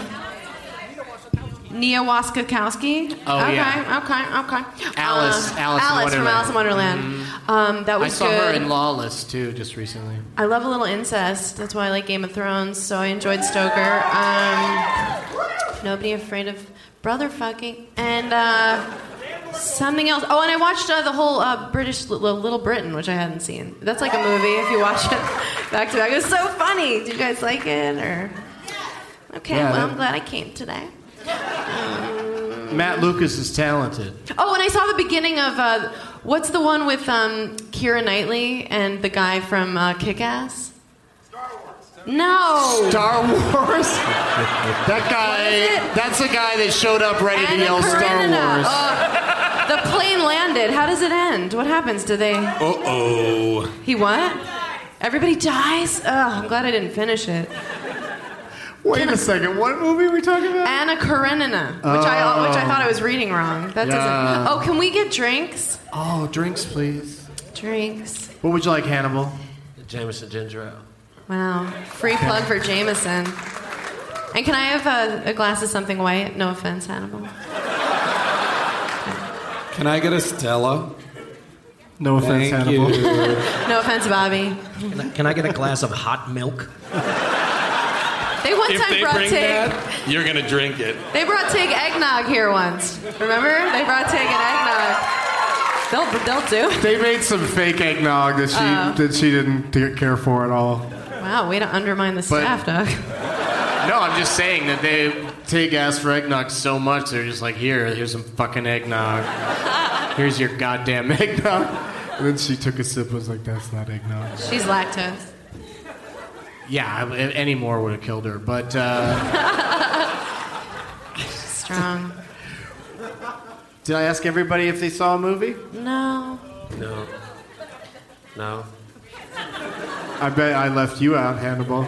Speaker 6: Nia Wasikowski.
Speaker 2: Oh,
Speaker 6: okay,
Speaker 2: yeah.
Speaker 6: Okay. Okay.
Speaker 2: Alice-
Speaker 6: Uh,
Speaker 2: Alice in Wonderland.
Speaker 6: from
Speaker 2: Mm-hmm.
Speaker 6: Alice in Wonderland. Um, that was
Speaker 2: I saw
Speaker 6: good.
Speaker 2: her in Lawless too, just recently.
Speaker 6: I love a little incest. That's why I like Game of Thrones. So I enjoyed Stoker. Um, nobody afraid of brother fucking. And uh, Something else. Oh, and I watched uh, the whole uh, British Li- Little Britain, which I hadn't seen. That's like a movie if you watch it back to back. It was so funny. Did you guys like it? Or okay,
Speaker 2: Yeah,
Speaker 6: well,
Speaker 2: that-
Speaker 6: I'm glad I came today.
Speaker 2: Matt Lucas is talented.
Speaker 6: Oh, and I saw the beginning of uh, what's the one with um, Kira Knightley and the guy from uh, Kick Ass? Star Wars. No.
Speaker 2: Star Wars? that guy, that's the guy that showed up ready to yell Star Wars.
Speaker 6: Uh, the plane landed. How does it end? What happens? Do they?
Speaker 5: Uh oh.
Speaker 6: He what? Everybody dies. Ugh, I'm glad I didn't finish it.
Speaker 2: Wait a second. What movie are we talking about?
Speaker 6: Anna Karenina, which I which I thought I was reading wrong. That
Speaker 2: Oh. Yeah.
Speaker 6: doesn't. Oh, can we get drinks?
Speaker 2: Oh, drinks, please.
Speaker 6: Drinks.
Speaker 2: What would you like, Hannibal?
Speaker 7: Jameson ginger ale.
Speaker 6: Wow. Free
Speaker 2: Okay.
Speaker 6: plug for Jameson. And can I have a, a glass of something white? No offense, Hannibal.
Speaker 5: Can I get a Stella?
Speaker 2: No
Speaker 5: offense, Thank Hannibal. you.
Speaker 6: No offense, Bobby.
Speaker 4: Can I, can I get a glass of hot milk?
Speaker 6: They one
Speaker 5: if
Speaker 6: time
Speaker 5: they
Speaker 6: brought
Speaker 5: bring
Speaker 6: Tig.
Speaker 5: that, you're gonna drink it.
Speaker 6: They brought Tig eggnog here once. Remember? They brought Tig and eggnog. They'll, they'll do.
Speaker 2: They made some fake eggnog that she
Speaker 6: Oh.
Speaker 2: that she didn't t- care for at all.
Speaker 6: Wow, way to undermine the
Speaker 2: But-
Speaker 6: staff, Doug.
Speaker 2: No, I'm just saying that they take ass for eggnog so much they're just like, here, here's some fucking eggnog. Here's your goddamn eggnog. And then she took a sip and was like, that's not eggnog.
Speaker 6: She's lactose.
Speaker 2: Yeah, I- any more would have killed her. But uh,
Speaker 6: Strong.
Speaker 2: did I ask everybody if they saw a movie?
Speaker 6: No.
Speaker 7: No. No.
Speaker 2: I bet I left you out, Hannibal.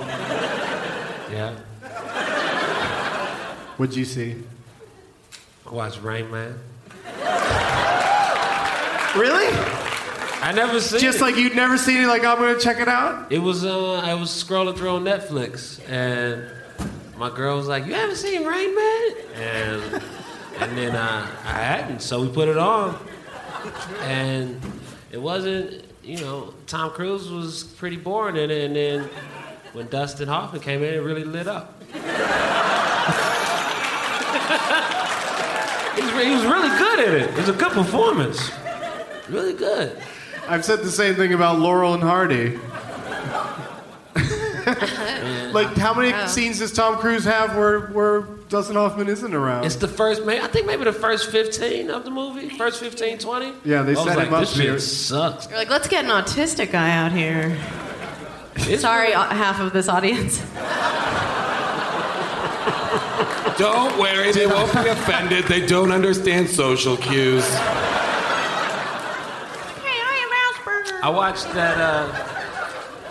Speaker 7: Yeah.
Speaker 2: What'd you see?
Speaker 7: Watch Rain Man.
Speaker 2: Really?
Speaker 7: I never seen
Speaker 2: Just
Speaker 7: it.
Speaker 2: like you'd never seen it, like I'm gonna check it out.
Speaker 7: It was uh, I was scrolling through on Netflix and my girl was like, "You haven't seen Rain Man?" And and then uh, I hadn't, so we put it on, and it wasn't. You know, Tom Cruise was pretty boring in it, and then when Dustin Hoffman came in, it really lit up. he, was, re- he was really good in it. It was a good performance. Really good.
Speaker 2: I've said the same thing about Laurel and Hardy. like, how many
Speaker 7: Oh.
Speaker 2: scenes does Tom Cruise have where, where Dustin Hoffman isn't around?
Speaker 7: It's the first, may I think maybe the first 15 of the movie, first 15, 20.
Speaker 2: yeah, they
Speaker 7: I was
Speaker 2: set
Speaker 7: like,
Speaker 2: him up
Speaker 7: this
Speaker 2: here.
Speaker 7: shit sucks.
Speaker 6: You're like, let's get an autistic guy out here.
Speaker 7: It's
Speaker 6: Sorry, uh, half of this audience.
Speaker 5: Don't worry, they won't be offended. They don't understand social cues.
Speaker 7: I watched that, uh,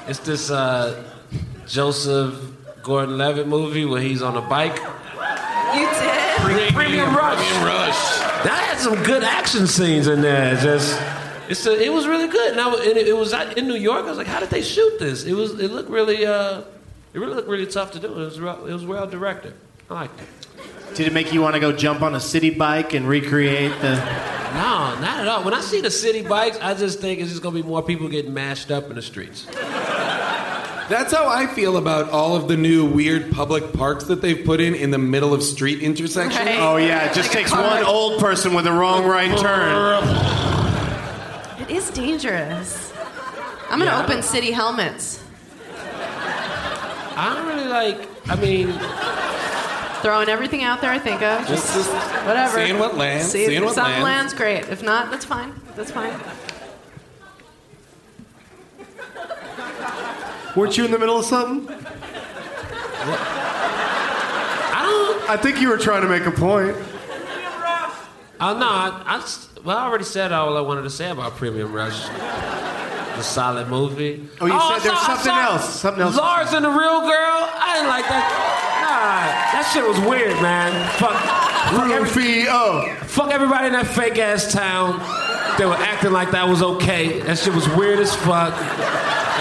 Speaker 7: it's this uh, Joseph Gordon Levitt movie where he's on a bike.
Speaker 6: You did?
Speaker 7: Premium Rush. Premium
Speaker 5: Rush.
Speaker 7: That had some good action scenes in there. It's Just, it's a, it was really good. And, I, wa- and it, it was out in New York. I was like, how did they shoot this? It was, it looked really, uh, it really looked really tough to do. It was, real- it was well directed. I liked it.
Speaker 2: Did it make you want to go jump on a city bike and recreate the.
Speaker 7: No, not at all. When I see the city bikes, I just think it's just gonna be more people getting mashed up in the streets.
Speaker 5: That's how I feel about all of the new weird public parks that they've put in in the middle of street intersections.
Speaker 6: Right.
Speaker 2: Oh, yeah, it just
Speaker 6: Like a
Speaker 2: takes
Speaker 6: car.
Speaker 2: one old person with a wrong right turn.
Speaker 6: It is dangerous. I'm gonna
Speaker 7: Yeah.
Speaker 6: open city helmets.
Speaker 7: I don't really like. I mean,
Speaker 6: Throwing everything out there I think of. Just,
Speaker 5: Just- just
Speaker 6: whatever.
Speaker 5: seeing what lands,
Speaker 6: See if
Speaker 5: seeing what
Speaker 6: something lands,
Speaker 5: lands.
Speaker 6: great. If not, that's fine. That's fine.
Speaker 2: Weren't you in the middle of something?
Speaker 7: I don't.
Speaker 2: I think you were trying to make a point.
Speaker 7: I uh, no. I, I s- well, I already said all I wanted to say about Premium Rush. The solid movie.
Speaker 2: Oh, you
Speaker 7: I
Speaker 2: said there's
Speaker 7: saw- I
Speaker 2: something
Speaker 7: saw
Speaker 2: else. Something else.
Speaker 7: Lars and the Real Girl. I didn't like that. Nah, that shit was weird, man. Fuck. fuck every-
Speaker 2: E Rufio.
Speaker 7: Fuck everybody in that fake ass town. They were acting like that was okay. That shit was weird as fuck.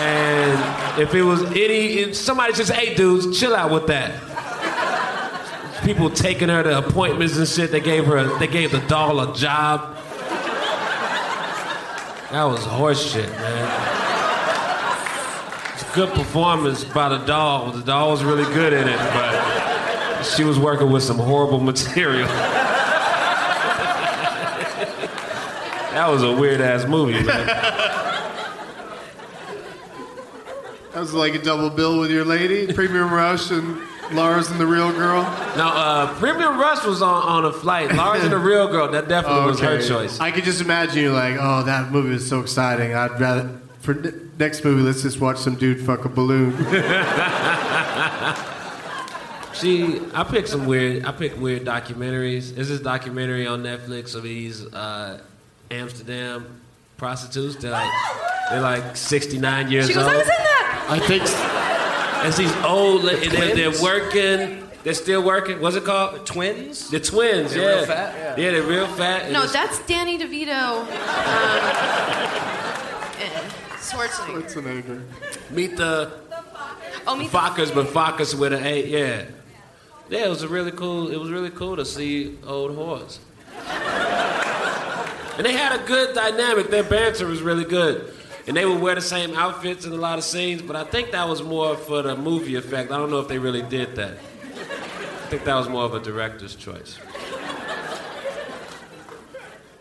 Speaker 7: And if it was any, if somebody just, hey dudes, chill out with that. People taking her to appointments and shit. They gave her, they gave the doll a job. That was horse shit, man. It's a good performance by the doll. The doll was really good in it, but she was working with some horrible material. That was a weird ass movie, man.
Speaker 2: That was like a double bill with your lady, Premium Rush and Lars and the Real Girl.
Speaker 7: No, uh, Premium Rush was on, on a flight. Lars and the Real Girl, that definitely was her
Speaker 2: Okay.
Speaker 7: choice.
Speaker 2: I could just imagine you like, oh, that movie was so exciting. I'd rather for n- next movie, let's just watch some dude fuck a balloon.
Speaker 7: She, I pick some weird. I pick weird documentaries. There's this documentary on Netflix of these uh, Amsterdam prostitutes. They're like, they're like 69 years
Speaker 6: She goes,
Speaker 7: old.
Speaker 6: "I was in that."
Speaker 7: I think. It's these old. la- and they're, they're working. They're still working. What's it called? The
Speaker 4: twins.
Speaker 7: The twins.
Speaker 4: They're
Speaker 7: yeah.
Speaker 4: real fat, yeah.
Speaker 7: they're real fat. and
Speaker 6: No,
Speaker 7: it's-
Speaker 6: that's Danny DeVito. Um, eh, Schwarzenegger.
Speaker 2: Schwarzenegger.
Speaker 7: Meet the
Speaker 6: Oh, me.
Speaker 7: Fockers, but Fockers with an A. Yeah. Yeah, it was a really cool. It was really cool to see old whores. And they had a good dynamic. Their banter was really good. And they would wear the same outfits in a lot of scenes, but I think that was more for the movie effect. I don't know if they really did that. I think that was more of a director's choice.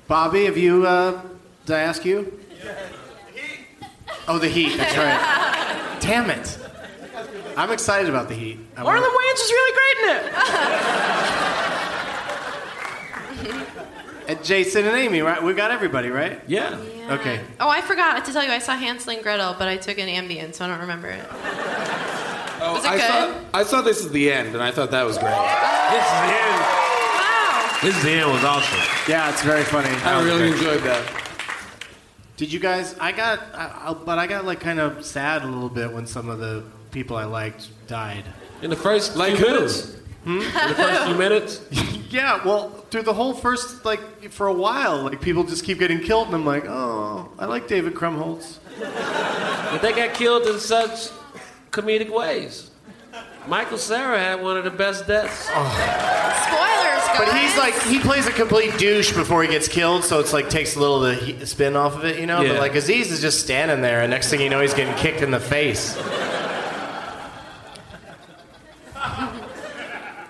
Speaker 2: Bobby, have you? Uh, did I ask you? Oh, the Heat. That's right. Damn it. I'm excited about the Heat. I
Speaker 4: Marlon
Speaker 2: want-
Speaker 4: Wayans is really great in it.
Speaker 2: and Jason and Amy, right? We got everybody, right?
Speaker 7: Yeah.
Speaker 2: Okay.
Speaker 6: Oh, I forgot to tell you, I saw Hansel and Gretel, but I took an Ambien, so I don't remember it.
Speaker 5: Oh,
Speaker 6: Was it
Speaker 5: I
Speaker 6: good?
Speaker 5: Saw, I saw this is the end, and I thought that was great. This is the end.
Speaker 7: This is the end was awesome.
Speaker 2: Yeah, it's very funny.
Speaker 5: I really
Speaker 2: Okay.
Speaker 5: enjoyed that.
Speaker 2: Did you guys? I got, I, I, but I got like kind of sad a little bit when some of the people I liked died.
Speaker 7: In the first
Speaker 2: Like
Speaker 7: few
Speaker 2: who?
Speaker 7: minutes.
Speaker 5: Hmm?
Speaker 7: In the first few minutes.
Speaker 2: Yeah, well, through the whole first like for a while, like people just keep getting killed, and I'm like, oh, I like David Krumholtz.
Speaker 7: But they got killed in such comedic ways. Michael Sarah had one of the best deaths.
Speaker 6: Spoilers, guys.
Speaker 2: But he's like, he plays a complete douche before he gets killed, so it's like takes a little of the he- spin off of it, you know.
Speaker 7: Yeah.
Speaker 2: But like Aziz is just standing there, and next thing you know, he's getting kicked in the face.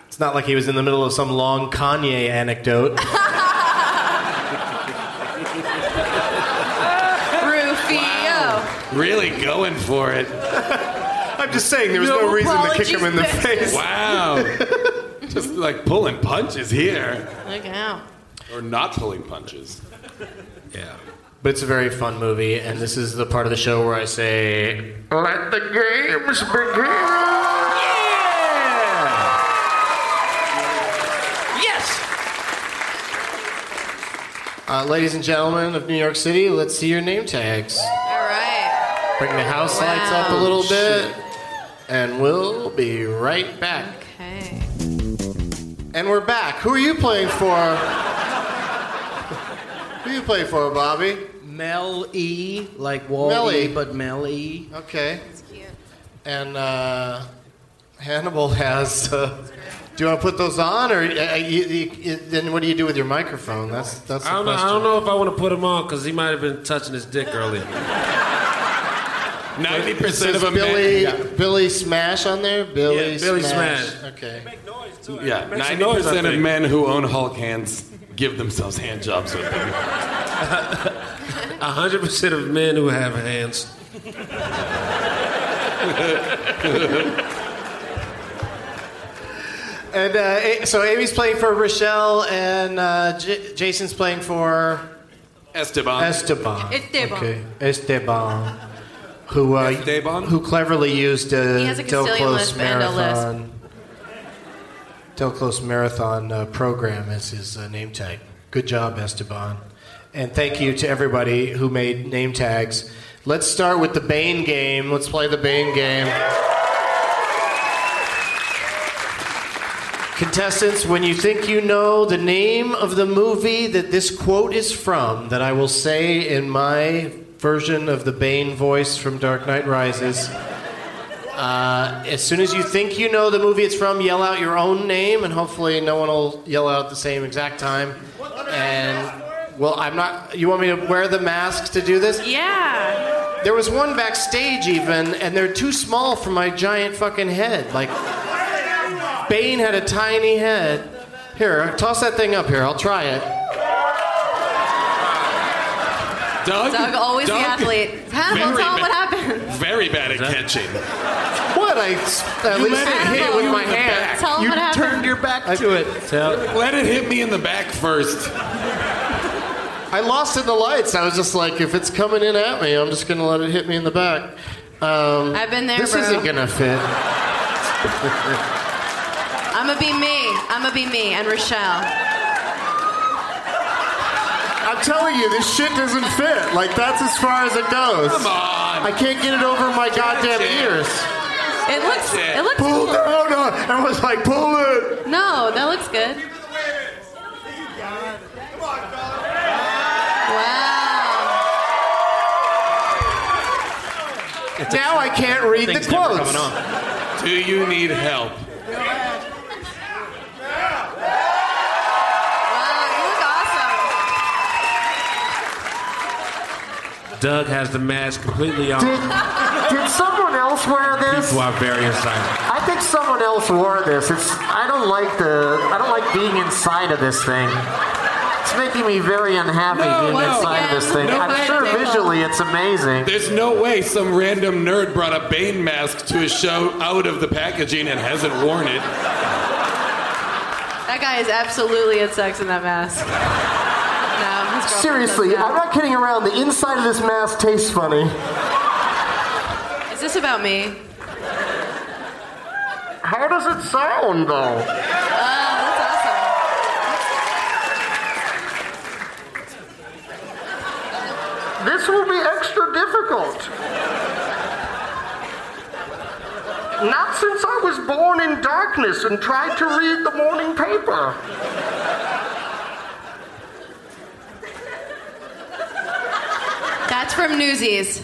Speaker 2: it's not like he was in the middle of some long Kanye anecdote.
Speaker 6: Rufio.
Speaker 5: Really going for it.
Speaker 2: I'm just saying, there was no, reason to kick him in the
Speaker 6: apologies,
Speaker 2: face.
Speaker 5: Wow. Just like pulling punches here,
Speaker 6: Look out.
Speaker 5: or not pulling punches.
Speaker 7: Yeah.
Speaker 2: But it's a very fun movie, and this is the part of the show where I say,
Speaker 7: Let the games begin. Yeah.
Speaker 4: Yes.
Speaker 2: uh, ladies and gentlemen of New York City, let's see your name tags.
Speaker 6: All right.
Speaker 2: Bring the house lights up a
Speaker 6: Wow.
Speaker 2: little bit, and we'll be right back.
Speaker 6: Okay.
Speaker 2: And we're back. Who are you playing for? Who are you playing for, Bobby?
Speaker 4: Mel E, like Wall
Speaker 2: Melly.
Speaker 4: E, but Mel E.
Speaker 2: Okay.
Speaker 6: It's cute.
Speaker 2: And uh, Hannibal has. Uh, do you want to put those on, or uh, you, you, you- then what do you do with your microphone? That's that's the
Speaker 7: I don't, know,
Speaker 2: question.
Speaker 7: I don't know if I want to put him on because he might have been touching his dick earlier.
Speaker 5: Ninety
Speaker 2: It
Speaker 5: percent
Speaker 2: says
Speaker 5: of a
Speaker 2: Billy
Speaker 5: man.
Speaker 2: Billy Smash on there. Billy,
Speaker 7: Yeah, Billy Smash.
Speaker 2: Okay.
Speaker 5: Yeah,
Speaker 7: Makes a
Speaker 5: ninety
Speaker 7: noise, I
Speaker 5: percent of
Speaker 7: think.
Speaker 5: men who own Hulk hands give themselves hand jobs with them.
Speaker 7: hundred percent of men who have hands.
Speaker 2: And uh, A- so Amy's playing for Rochelle, and uh, J- Jason's playing for
Speaker 7: Um,
Speaker 5: Esteban.
Speaker 2: Esteban.
Speaker 6: Esteban.
Speaker 2: Okay. Esteban. Who uh,
Speaker 5: Esteban?
Speaker 2: who cleverly used
Speaker 6: He
Speaker 2: a
Speaker 6: has a
Speaker 2: Del
Speaker 6: Castilian
Speaker 2: Close
Speaker 6: lisp and a lisp.
Speaker 2: marathon. Del Close marathon uh, program as his uh, name tag. Good job, Esteban. And thank you to everybody who made name tags. Let's start with the Bane game. Let's play the Bane game. Contestants, when you think you know the name of the movie that this quote is from, that I will say in my version of the Bane voice from Dark Knight Rises, uh, as soon as you think you know the movie it's from, yell out your own name, and hopefully no one will yell out at the same exact time. And well, I'm not. You want me to wear the mask to do this?
Speaker 6: Yeah.
Speaker 2: There was one backstage even, and they're too small for my giant fucking head. Like, Bane had a tiny head. Here, toss that thing up here. I'll try it.
Speaker 5: Doug?
Speaker 6: Doug, always
Speaker 5: Doug?
Speaker 6: the athlete. Hannibal,
Speaker 5: Very
Speaker 6: tell him
Speaker 5: bad.
Speaker 6: what happened.
Speaker 5: Very bad at catching.
Speaker 8: What? I at least it hit with my hand.
Speaker 6: Tell him
Speaker 8: you
Speaker 6: what happened.
Speaker 8: turned your back to it.
Speaker 5: Let it hit me in the back first.
Speaker 2: I lost in the lights. I was just like, if it's coming in at me, I'm just gonna let it hit me in the back. Um,
Speaker 6: I've been there,
Speaker 2: This
Speaker 6: bro.
Speaker 2: isn't gonna fit.
Speaker 6: I'm gonna be me. I'm gonna be me and Rochelle.
Speaker 2: I'm telling you, this shit doesn't fit. Like that's as far as it goes.
Speaker 5: Come on.
Speaker 2: I can't get it over my goddamn
Speaker 5: it.
Speaker 2: ears.
Speaker 6: It looks. It looks.
Speaker 2: Pull down on. Everyone's like, pull it.
Speaker 6: No, that looks good. Wow.
Speaker 2: Now I can't read the
Speaker 8: Things never
Speaker 2: quotes.
Speaker 8: coming on.
Speaker 5: Do you need help?
Speaker 6: Wow, you look awesome.
Speaker 7: Doug has the mask completely on.
Speaker 2: Did, did someone else wear this?
Speaker 7: People are very excited.
Speaker 2: I think someone else wore this. It's I don't like the I don't like being inside of this thing. It's making me very unhappy
Speaker 5: No,
Speaker 2: being
Speaker 5: no.
Speaker 2: inside of this thing.
Speaker 5: No.
Speaker 2: I'm sure
Speaker 6: Nobody-
Speaker 2: visually it's amazing.
Speaker 5: There's no way some random nerd brought a Bane mask to a show out of the packaging and hasn't worn it.
Speaker 6: That guy is absolutely had sex in that mask. No, his girlfriend
Speaker 2: Seriously,
Speaker 6: does
Speaker 2: I'm not kidding around. The inside of this mask tastes funny.
Speaker 6: Is this about me?
Speaker 2: How does it sound though?
Speaker 6: Oh, That's
Speaker 2: This will be extra difficult. Not since I was born in darkness and tried to read the morning paper.
Speaker 6: awesome. That's from Newsies.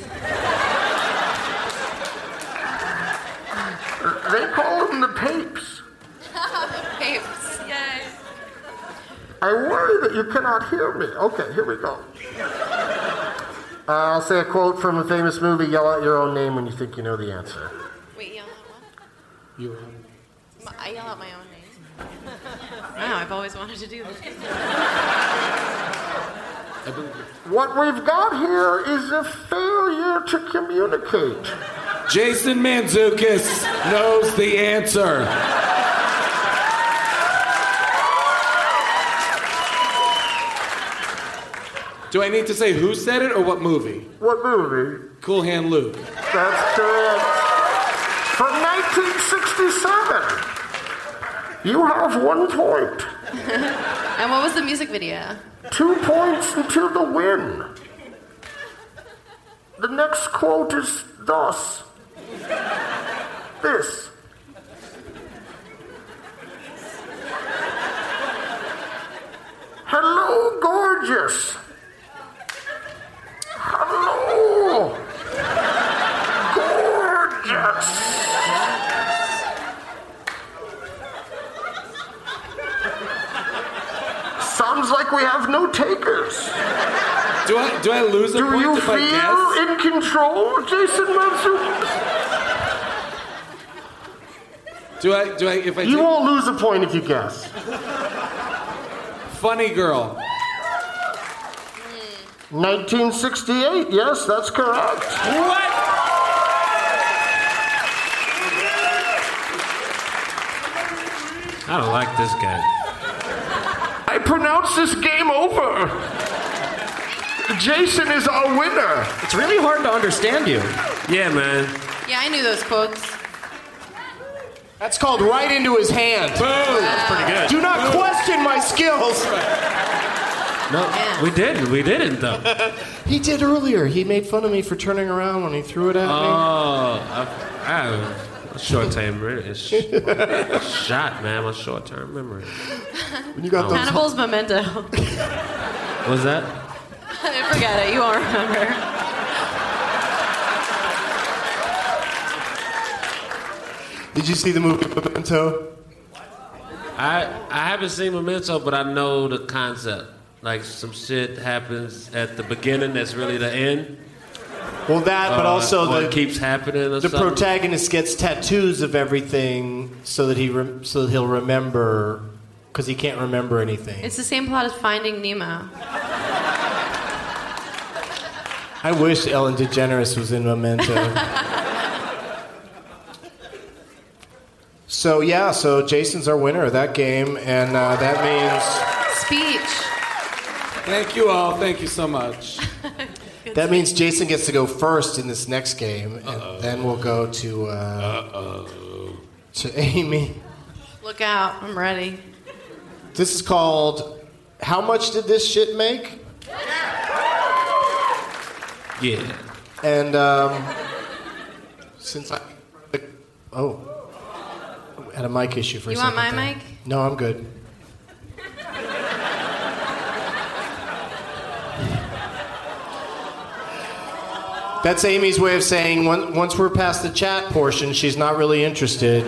Speaker 2: They call them the papes.
Speaker 6: Papes. Yay.
Speaker 2: I worry that you cannot hear me. Okay, here we go. Uh, I'll say a quote from a famous movie Yell out your own name when you think you know the answer.
Speaker 6: Wait, yell out what? My- I yell out my own name. wow, I've always wanted to do that.
Speaker 2: What we've got here is a failure to communicate.
Speaker 5: Jason Manzukis knows the answer. Do I need to say who said it or what movie?
Speaker 2: What movie?
Speaker 5: Cool Hand Luke.
Speaker 2: That's correct. From 1967. You have one point.
Speaker 6: And what was the music video?
Speaker 2: Two points until the win. The next quote is thus. This. Hello, gorgeous. Hello, gorgeous. Sounds like we have no takers.
Speaker 5: Do I do I lose a
Speaker 2: Do
Speaker 5: point
Speaker 2: you
Speaker 5: if I
Speaker 2: feel
Speaker 5: guess?
Speaker 2: in control, Jason Manzukis?
Speaker 5: Do I do I if I
Speaker 2: You
Speaker 5: take-
Speaker 2: won't lose a point if you guess.
Speaker 5: funny girl?
Speaker 2: 1968. Yes, that's correct.
Speaker 5: What?
Speaker 7: I don't like this guy.
Speaker 2: I pronounce this game over. Jason is our winner.
Speaker 8: It's really hard to understand you.
Speaker 7: Yeah, man.
Speaker 6: Yeah, I knew those quotes.
Speaker 8: That's called right into his hand.
Speaker 5: Boom!
Speaker 8: Pretty good. Do not question my skills.
Speaker 7: No, we didn't. We didn't though.
Speaker 2: He did earlier. He made fun of me for turning around when he threw it at
Speaker 7: Oh, I, I short term memory. is sh- Shot, man. My short term memory.
Speaker 2: me. When you got those,
Speaker 6: Hannibal's Memento.
Speaker 7: What's that?
Speaker 6: Forget it, you won't remember.
Speaker 2: did you see the movie Memento?
Speaker 7: I I haven't seen Memento, but I know the concept. Like some shit happens at the beginning that's really the end.
Speaker 8: Well, that, but
Speaker 7: Uh,
Speaker 8: also
Speaker 7: or
Speaker 8: the
Speaker 7: it keeps happening. Or
Speaker 8: the
Speaker 7: something.
Speaker 8: protagonist gets tattoos of everything so that he rem so that he'll remember because he can't remember anything.
Speaker 6: It's the same plot as Finding Nemo.
Speaker 2: I wish Ellen DeGeneres was in Memento. so yeah, so Jason's our winner of that game, and uh, that means
Speaker 6: Speech.
Speaker 5: Thank you all. Thank you so much.
Speaker 2: that means Jason gets to go first in this next game, and then we'll go to uh, to Amy.
Speaker 6: Look out. I'm ready.
Speaker 2: This is called. How much did this shit make?
Speaker 7: Yeah.
Speaker 2: And um, since I, oh, I had a mic issue for
Speaker 6: You
Speaker 2: a
Speaker 6: want
Speaker 2: second.
Speaker 6: my
Speaker 2: there.
Speaker 6: mic?
Speaker 2: No, I'm good. That's Amy's way of saying on- once we're past the chat portion, she's not really interested.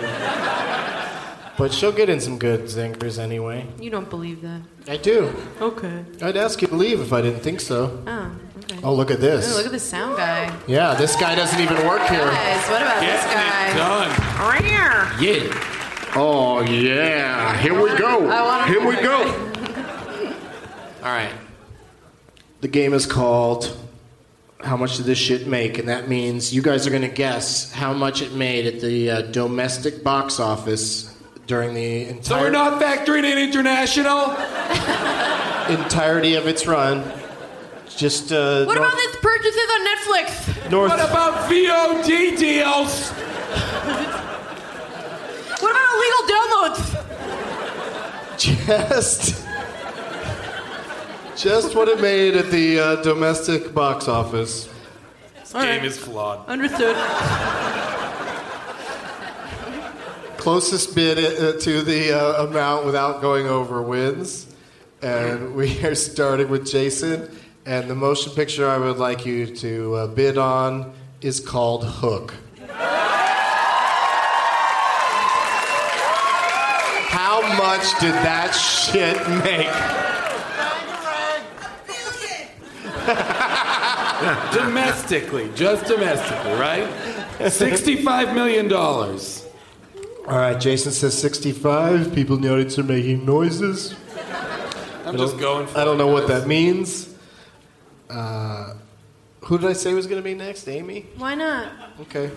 Speaker 2: But she'll get in some good zingers anyway.
Speaker 6: You don't believe that.
Speaker 2: I do.
Speaker 6: Okay.
Speaker 2: I'd ask you to leave if I didn't think so.
Speaker 6: Oh, okay.
Speaker 2: Oh, look at this.
Speaker 6: Ooh, look at this sound guy.
Speaker 2: Yeah, this guy doesn't even work here.
Speaker 6: Guys, what about this guy? Rare.
Speaker 2: Yeah. Oh yeah. Here we
Speaker 6: I
Speaker 2: go.
Speaker 6: wanna-
Speaker 2: Here we go. All right. The game is called How Much Did This Shit Make? And that means you guys are going to guess how much it made at the uh, domestic box office during the entire
Speaker 5: So we're not factoring in international.
Speaker 2: entirety of its run. Just uh,
Speaker 6: What
Speaker 2: north-
Speaker 6: about this purchases on Netflix?
Speaker 2: North-
Speaker 5: What about VOD deals?
Speaker 6: What about illegal downloads?
Speaker 2: just just what it made at the uh, domestic box office.
Speaker 5: This
Speaker 6: All
Speaker 5: game
Speaker 6: right.
Speaker 5: is flawed.
Speaker 6: Understood.
Speaker 2: Closest bid uh, to the uh, amount without going over wins. And we are starting with Jason. And the motion picture I would like you to uh, bid on is called Hook. How much did that shit make?
Speaker 5: domestically, just domestically, right? Sixty-five million dollars.
Speaker 2: All right, Jason says 65. People in the audience are making noises.
Speaker 5: I'm just going. For
Speaker 2: I don't
Speaker 5: it,
Speaker 2: know what
Speaker 5: guys.
Speaker 2: that means. Uh, who did I say was going to be next? Amy?
Speaker 6: Why not?
Speaker 2: Okay.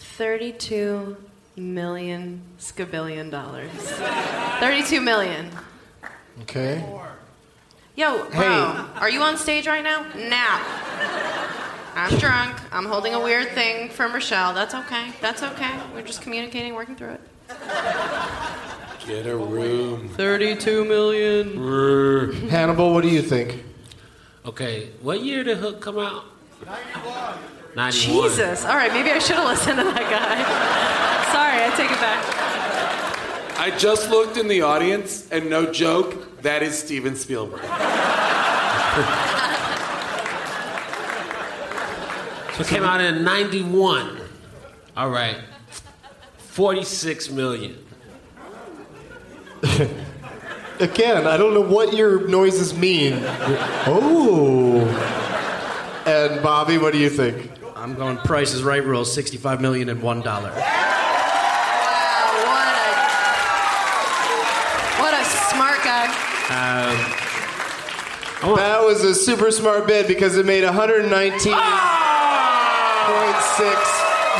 Speaker 6: 32 million scabillion dollars. 32 million.
Speaker 2: Okay.
Speaker 6: Yo, bro, are you on stage right now? Now. I'm drunk. I'm holding a weird thing for Michelle. That's okay. That's okay. We're just communicating, working through it.
Speaker 5: Get a room.
Speaker 6: 32 million.
Speaker 2: Hannibal, what do you think?
Speaker 7: Okay, what year did Hook come out? 91. 91.
Speaker 6: Jesus. All right, maybe I should have listened to that guy. Sorry, I take it back.
Speaker 5: I just looked in the audience, and no joke, that is Steven Spielberg.
Speaker 7: So it came out in 91. All right. 46 million.
Speaker 2: Again, I don't know what your noises mean. Oh. And Bobby, what do you think?
Speaker 4: I'm going Price is Right rules, sixty-five million and one dollar.
Speaker 6: Uh, What a smart guy.
Speaker 2: That was a super smart bid because it made 119.6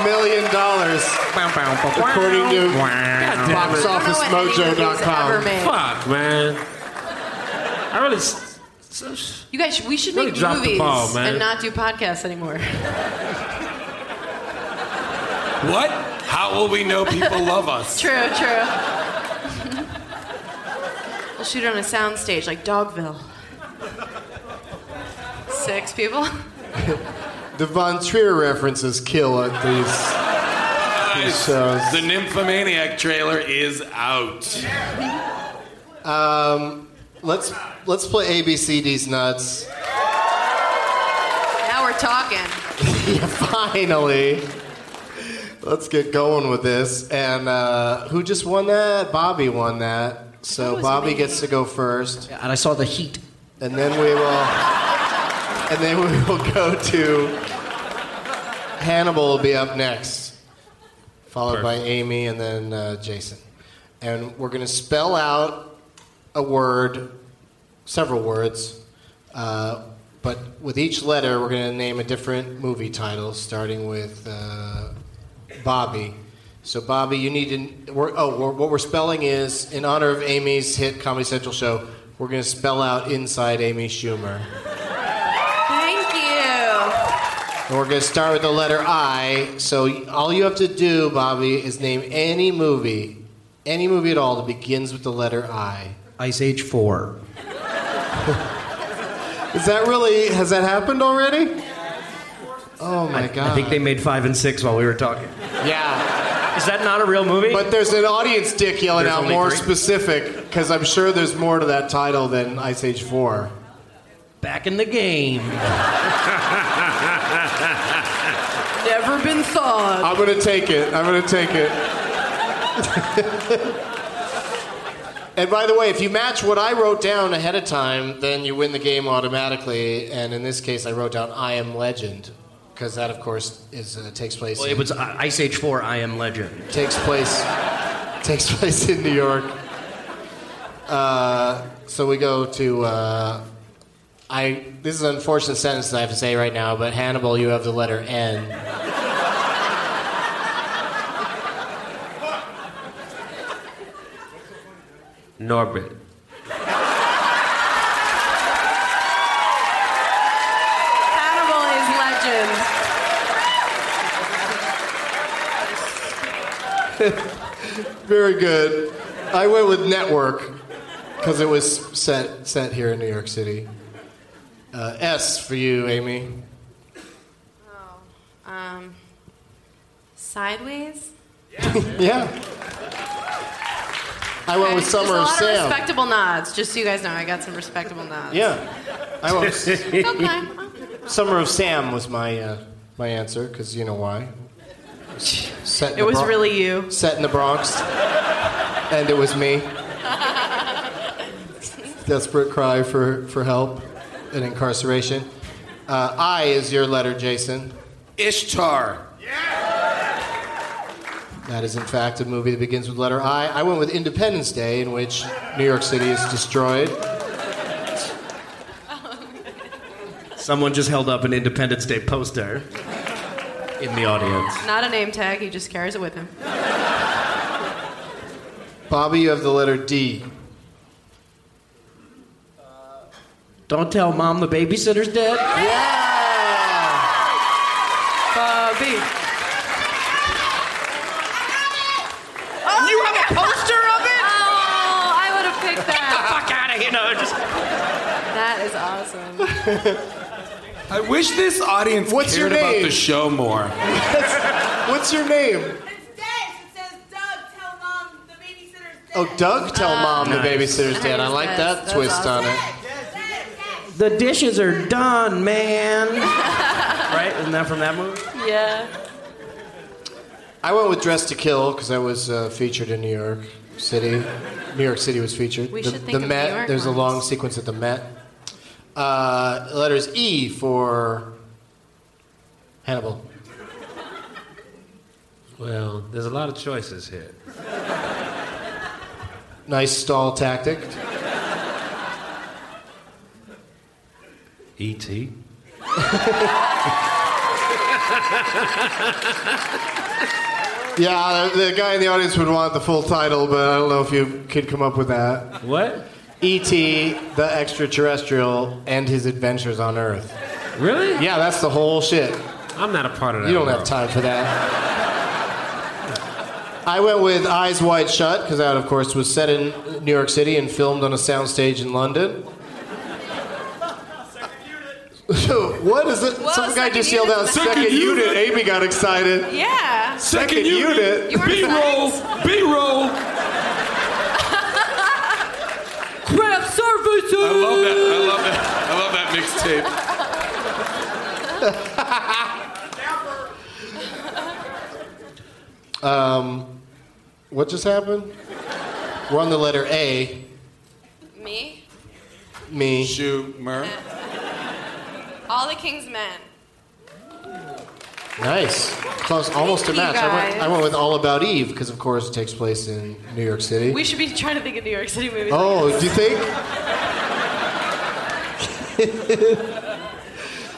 Speaker 2: million dollars, according to
Speaker 6: ever
Speaker 2: boxofficemojo.com.
Speaker 6: made.
Speaker 7: Fuck, man. I really. s- s-
Speaker 6: You guys, we should
Speaker 7: Really
Speaker 6: make
Speaker 7: dropped the
Speaker 6: movies
Speaker 7: ball, man.
Speaker 6: and not do podcasts anymore.
Speaker 5: What? How will we know people love us?
Speaker 6: True, true. we'll shoot it on a sound stage like Dogville. Six people.
Speaker 2: The Von Trier references kill at these.
Speaker 5: Guys,
Speaker 2: shows.
Speaker 5: the Nymphomaniac trailer is out.
Speaker 2: Um, let's let's play ABCD's nuts.
Speaker 6: Now we're talking.
Speaker 2: Yeah, finally. Let's get going with this. And uh, who just won that? Bobby won that. So Bobby gets to go first.
Speaker 4: And I saw the heat.
Speaker 2: And then we will and then we will go to Hannibal will be up next. Followed by Amy and then uh, Jason. And we're gonna spell out a word, several words, uh, But with each letter, we're going to name a different movie title, starting with uh, Bobby. So, Bobby, you need to. We're, oh, we're, what we're spelling is in honor of Amy's hit Comedy Central show. We're going to spell out inside Amy Schumer.
Speaker 6: Thank you.
Speaker 2: And we're going to start with the letter I. So all you have to do, Bobby, is name any movie, any movie at all that begins with the letter I.
Speaker 4: Ice Age 4.
Speaker 2: Is that really, has that happened already? Oh my God.
Speaker 4: I think they made 5 and 6 while we were talking.
Speaker 2: Yeah.
Speaker 4: Is that not a real movie?
Speaker 2: But there's an audience dick yelling
Speaker 4: There's
Speaker 2: out
Speaker 4: only
Speaker 2: more
Speaker 4: three?
Speaker 2: specific because I'm sure there's more to that title than Ice Age 4.
Speaker 4: Back in the game.
Speaker 6: Never been thawed.
Speaker 2: I'm going to take it. I'm going to take it. and by the way, if you match what I wrote down ahead of time, then you win the game automatically. And in this case, I wrote down I Am Legend because that, of course, is uh, takes place.
Speaker 4: Well,
Speaker 2: in-
Speaker 4: it was I- Ice Age 4, I Am Legend.
Speaker 2: takes place takes place in New York. Uh, so we go to uh, I. This is an unfortunate sentence that I have to say right now, but Hannibal, you have the letter N.
Speaker 7: Norbert.
Speaker 6: Hannibal is legend.
Speaker 2: Very good. I went with network because it was set set here in New York City. Uh, S for you, Amy.
Speaker 6: Um, sideways.
Speaker 2: Yeah. I went with
Speaker 6: Just
Speaker 2: Summer
Speaker 6: a
Speaker 2: of
Speaker 6: lot
Speaker 2: Sam.
Speaker 6: of respectable nods. Just so you guys know, I got some respectable nods.
Speaker 2: Yeah. I was. Summer of Sam was my uh, my answer because you know why. Set in
Speaker 6: It
Speaker 2: the
Speaker 6: was
Speaker 2: Bron-
Speaker 6: really you.
Speaker 2: Set in the Bronx, and it was me. Desperate cry for for help and incarceration. Uh, I is your letter, Jason.
Speaker 8: Ishtar.
Speaker 2: That is in fact a movie that begins with letter I. I went with Independence Day, in which New York City is destroyed.
Speaker 4: Someone just held up an Independence Day poster in the audience.
Speaker 6: Not a name tag. He just carries it with him.
Speaker 2: Bobby, you have the letter D.
Speaker 4: Don't tell mom the babysitter's dead. Bobby.
Speaker 6: you have a poster of it? Oh, I would have picked that.
Speaker 4: Fuck out of here. No, just.
Speaker 6: that is awesome.
Speaker 5: I wish this audience
Speaker 2: What's your
Speaker 5: cared about
Speaker 2: name?
Speaker 5: the show more.
Speaker 2: What's your name? Oh, Doug, tell mom the
Speaker 4: Nice.
Speaker 2: babysitter's dead. I like that
Speaker 4: That's
Speaker 2: twist on
Speaker 4: awesome.
Speaker 2: it.
Speaker 4: The dishes are done, man. right? Isn't that from that movie?
Speaker 6: Yeah.
Speaker 2: I went with Dress to Kill because I was uh, featured in New York City. New York City was featured.
Speaker 6: We
Speaker 2: the,
Speaker 6: should think
Speaker 2: the
Speaker 6: of New
Speaker 2: Met.
Speaker 6: York
Speaker 2: there's
Speaker 6: ones.
Speaker 2: a long sequence at the Met. Uh, letters E for Hannibal.
Speaker 7: Well, there's a lot of choices here.
Speaker 2: Nice stall tactic.
Speaker 7: E.T.
Speaker 2: Yeah, the, the guy in the audience would want the full title, but I don't know if you could come up with that.
Speaker 7: What?
Speaker 2: E.T., the extraterrestrial, and his adventures on Earth.
Speaker 7: Really?
Speaker 2: Yeah, that's the whole shit.
Speaker 7: I'm not a part of that.
Speaker 2: You don't
Speaker 7: world.
Speaker 2: have time for that. I went with Eyes Wide Shut because that, of course, was set in New York City and filmed on a soundstage in London. what is it?
Speaker 6: Whoa,
Speaker 2: Some guy
Speaker 6: second
Speaker 2: just yelled out
Speaker 6: unit.
Speaker 2: second,
Speaker 6: Second
Speaker 2: unit.
Speaker 5: unit.
Speaker 2: Amy got excited.
Speaker 6: Yeah.
Speaker 2: Second, unit.
Speaker 6: You were
Speaker 5: B-roll, B-roll.
Speaker 6: Craft services.
Speaker 5: I love that. I love that. I love that
Speaker 2: Um, what just happened? We're on the letter A.
Speaker 6: Me.
Speaker 2: Me.
Speaker 5: mixtape. Schumer.
Speaker 6: All the King's Men.
Speaker 2: Nice. Close. Almost a
Speaker 6: Thank you
Speaker 2: match. I went,
Speaker 6: guys.
Speaker 2: I went with All About Eve because, of course, it takes place in New York City.
Speaker 6: We should be trying to think of New York City movies.
Speaker 2: Oh, do you think?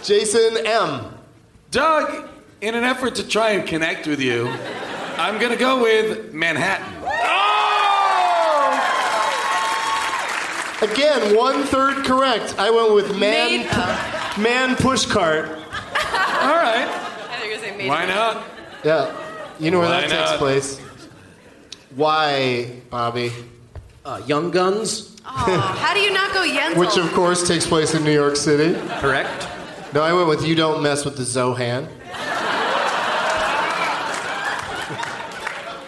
Speaker 2: Jason M.
Speaker 5: Doug, in an effort to try and connect with you, I'm going to go with Manhattan.
Speaker 2: Oh! Again, one third correct. I went with man,
Speaker 6: Made
Speaker 2: pu- man push cart.
Speaker 5: All right.
Speaker 6: I think you're gonna say made
Speaker 5: Why
Speaker 6: up.
Speaker 5: not?
Speaker 2: Yeah, you know where
Speaker 5: Why
Speaker 2: that
Speaker 5: not?
Speaker 2: takes place. Why, Bobby?
Speaker 4: Uh, Young Guns.
Speaker 6: How do you not go Yentl?
Speaker 2: Which, of course, takes place in New York City.
Speaker 4: Correct.
Speaker 2: No, I went with You Don't Mess with the Zohan.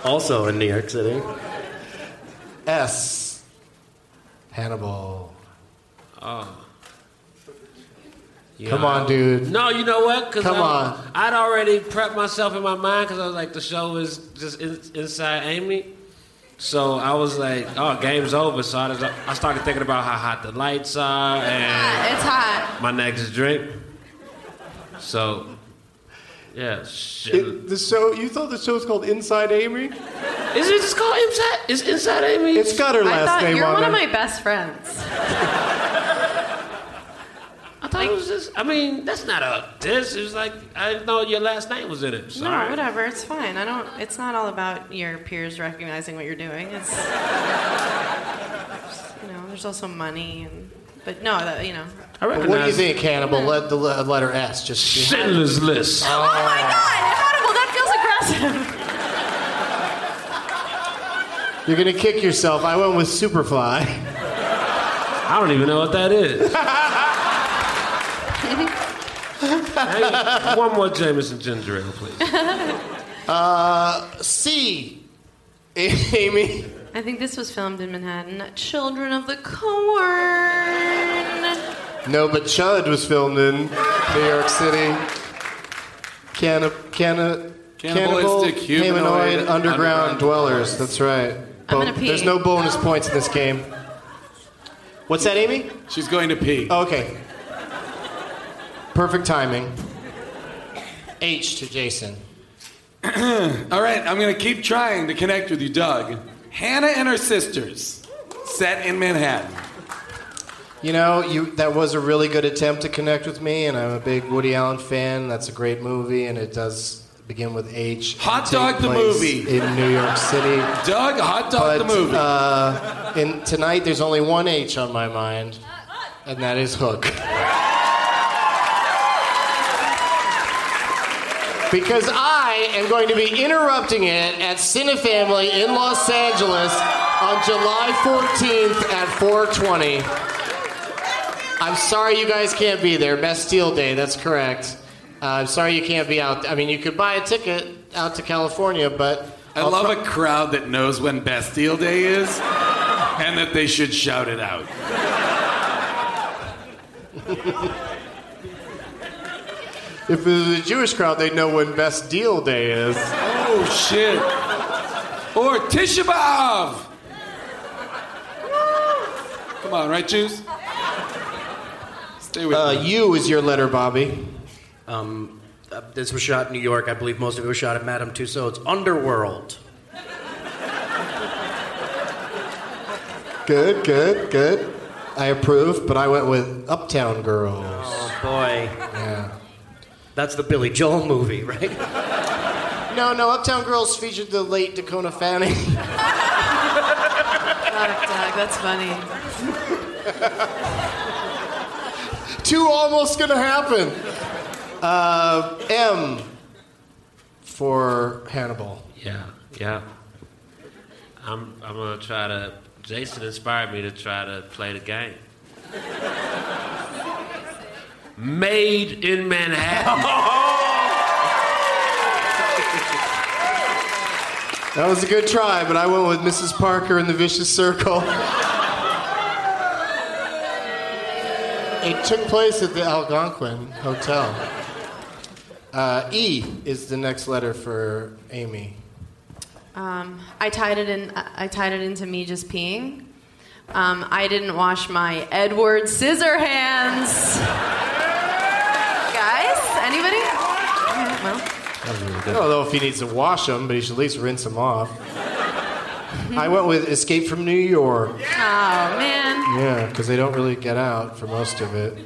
Speaker 4: Also in New York City.
Speaker 2: S. Hannibal.
Speaker 7: Yeah.
Speaker 2: Come on, dude.
Speaker 7: No, you know what? 'Cause
Speaker 2: Come
Speaker 7: I-
Speaker 2: on.
Speaker 7: I'd already prepped myself in my mind because I was like, the show is just in, inside Amy. So I was like, oh, game's over. So I, just, I started thinking about how hot the lights are and
Speaker 6: It's hot.
Speaker 7: my next drink. So, yeah, shit.
Speaker 2: It, the show. You thought the show was called Inside Amy?
Speaker 7: Is it just called Inside? Is Inside Amy?
Speaker 2: It's got her
Speaker 6: I
Speaker 2: last
Speaker 6: thought
Speaker 2: name
Speaker 6: you're
Speaker 2: on
Speaker 6: one
Speaker 2: there.
Speaker 6: of my best friends.
Speaker 7: I thought it was just. I mean, that's not a diss. It was like I didn't know your last name was in it. Sorry.
Speaker 6: No, whatever. It's fine. I don't. It's not all about your peers recognizing what you're doing. It's you know. There's also money and. But no, that, you know.
Speaker 7: I
Speaker 2: But
Speaker 7: recognize
Speaker 2: what do you think, Hannibal? Let the le- letter S just.
Speaker 7: Schindler's List.
Speaker 6: Oh my God, Hannibal, that feels aggressive.
Speaker 2: You're gonna kick yourself. I went with Superfly.
Speaker 7: I don't even know what that is. Hey, one more Jameson ginger ale, please.
Speaker 2: C. Amy.
Speaker 6: I think this was filmed in Manhattan. Children of the Corn.
Speaker 2: No, but Chud was filmed in New York City. Canna, canna,
Speaker 5: Cannibalistic humanoid
Speaker 2: humanoid underground,
Speaker 5: underground
Speaker 2: dwellers. That's right.
Speaker 6: I'm gonna
Speaker 2: Bo-
Speaker 6: pee.
Speaker 2: There's no bonus points in this game. What's that, Amy?
Speaker 5: She's going to pee.
Speaker 2: Oh, okay. Perfect timing. H to Jason.
Speaker 5: All right, I'm going to keep trying to connect with you, Doug. Hannah and her sisters, set in Manhattan.
Speaker 2: You know, you that was a really good attempt to connect with me, and I'm a big Woody Allen fan. That's a great movie, and it does begin with H. and
Speaker 5: Hot
Speaker 2: take
Speaker 5: Dog the
Speaker 2: place
Speaker 5: movie.
Speaker 2: in New York City.
Speaker 5: Doug, hot
Speaker 2: But
Speaker 5: dog the movie.
Speaker 2: Uh, in, tonight, there's only one H on my mind, and that is Hook. Because I am going to be interrupting it at Cinefamily in Los Angeles on July 14th at 420. I'm sorry you guys can't be there. Bastille Day, that's correct. Uh, I'm sorry you can't be out. I mean, you could buy a ticket out to California, but
Speaker 5: I
Speaker 2: I'll
Speaker 5: love a crowd that knows when Bastille Day is and that they should shout it out.
Speaker 2: If it was a Jewish crowd, they'd know when Best Deal Day is.
Speaker 5: Oh, shit. Or Tisha B'Av. Come on, right, Jews? Stay with
Speaker 2: Uh,
Speaker 5: me.
Speaker 2: U is your letter, Bobby.
Speaker 4: Um, uh, this was shot in New York. I believe most of it was shot at Madame Tussauds. Underworld.
Speaker 2: Good, good, good. I approve, but I went with Uptown Girls.
Speaker 4: Oh boy,
Speaker 2: Yeah.
Speaker 4: that's the Billy Joel movie, right?
Speaker 2: No, no, Uptown Girls featured the late Dakota Fanning.
Speaker 6: Fuck, Doug, that's funny.
Speaker 2: Two almost gonna happen. Uh, M for Hannibal.
Speaker 7: Yeah, yeah. I'm, I'm gonna try to. Jason inspired me to try to play the game. Made in Manhattan.
Speaker 2: That was a good try, but I went with Mrs. Parker and the Vicious Circle. It took place at the Algonquin Hotel. Uh, e is the next letter for Amy.
Speaker 6: Um, I tied it in. I I tied it into me just peeing. Um, I didn't wash my Edward Scissorhands. Guys, anybody? Okay, well,
Speaker 2: I don't know if he needs to wash them, but he should at least rinse them off. I went with Escape from New York.
Speaker 6: oh man.
Speaker 2: Yeah, because they don't really get out for most of it.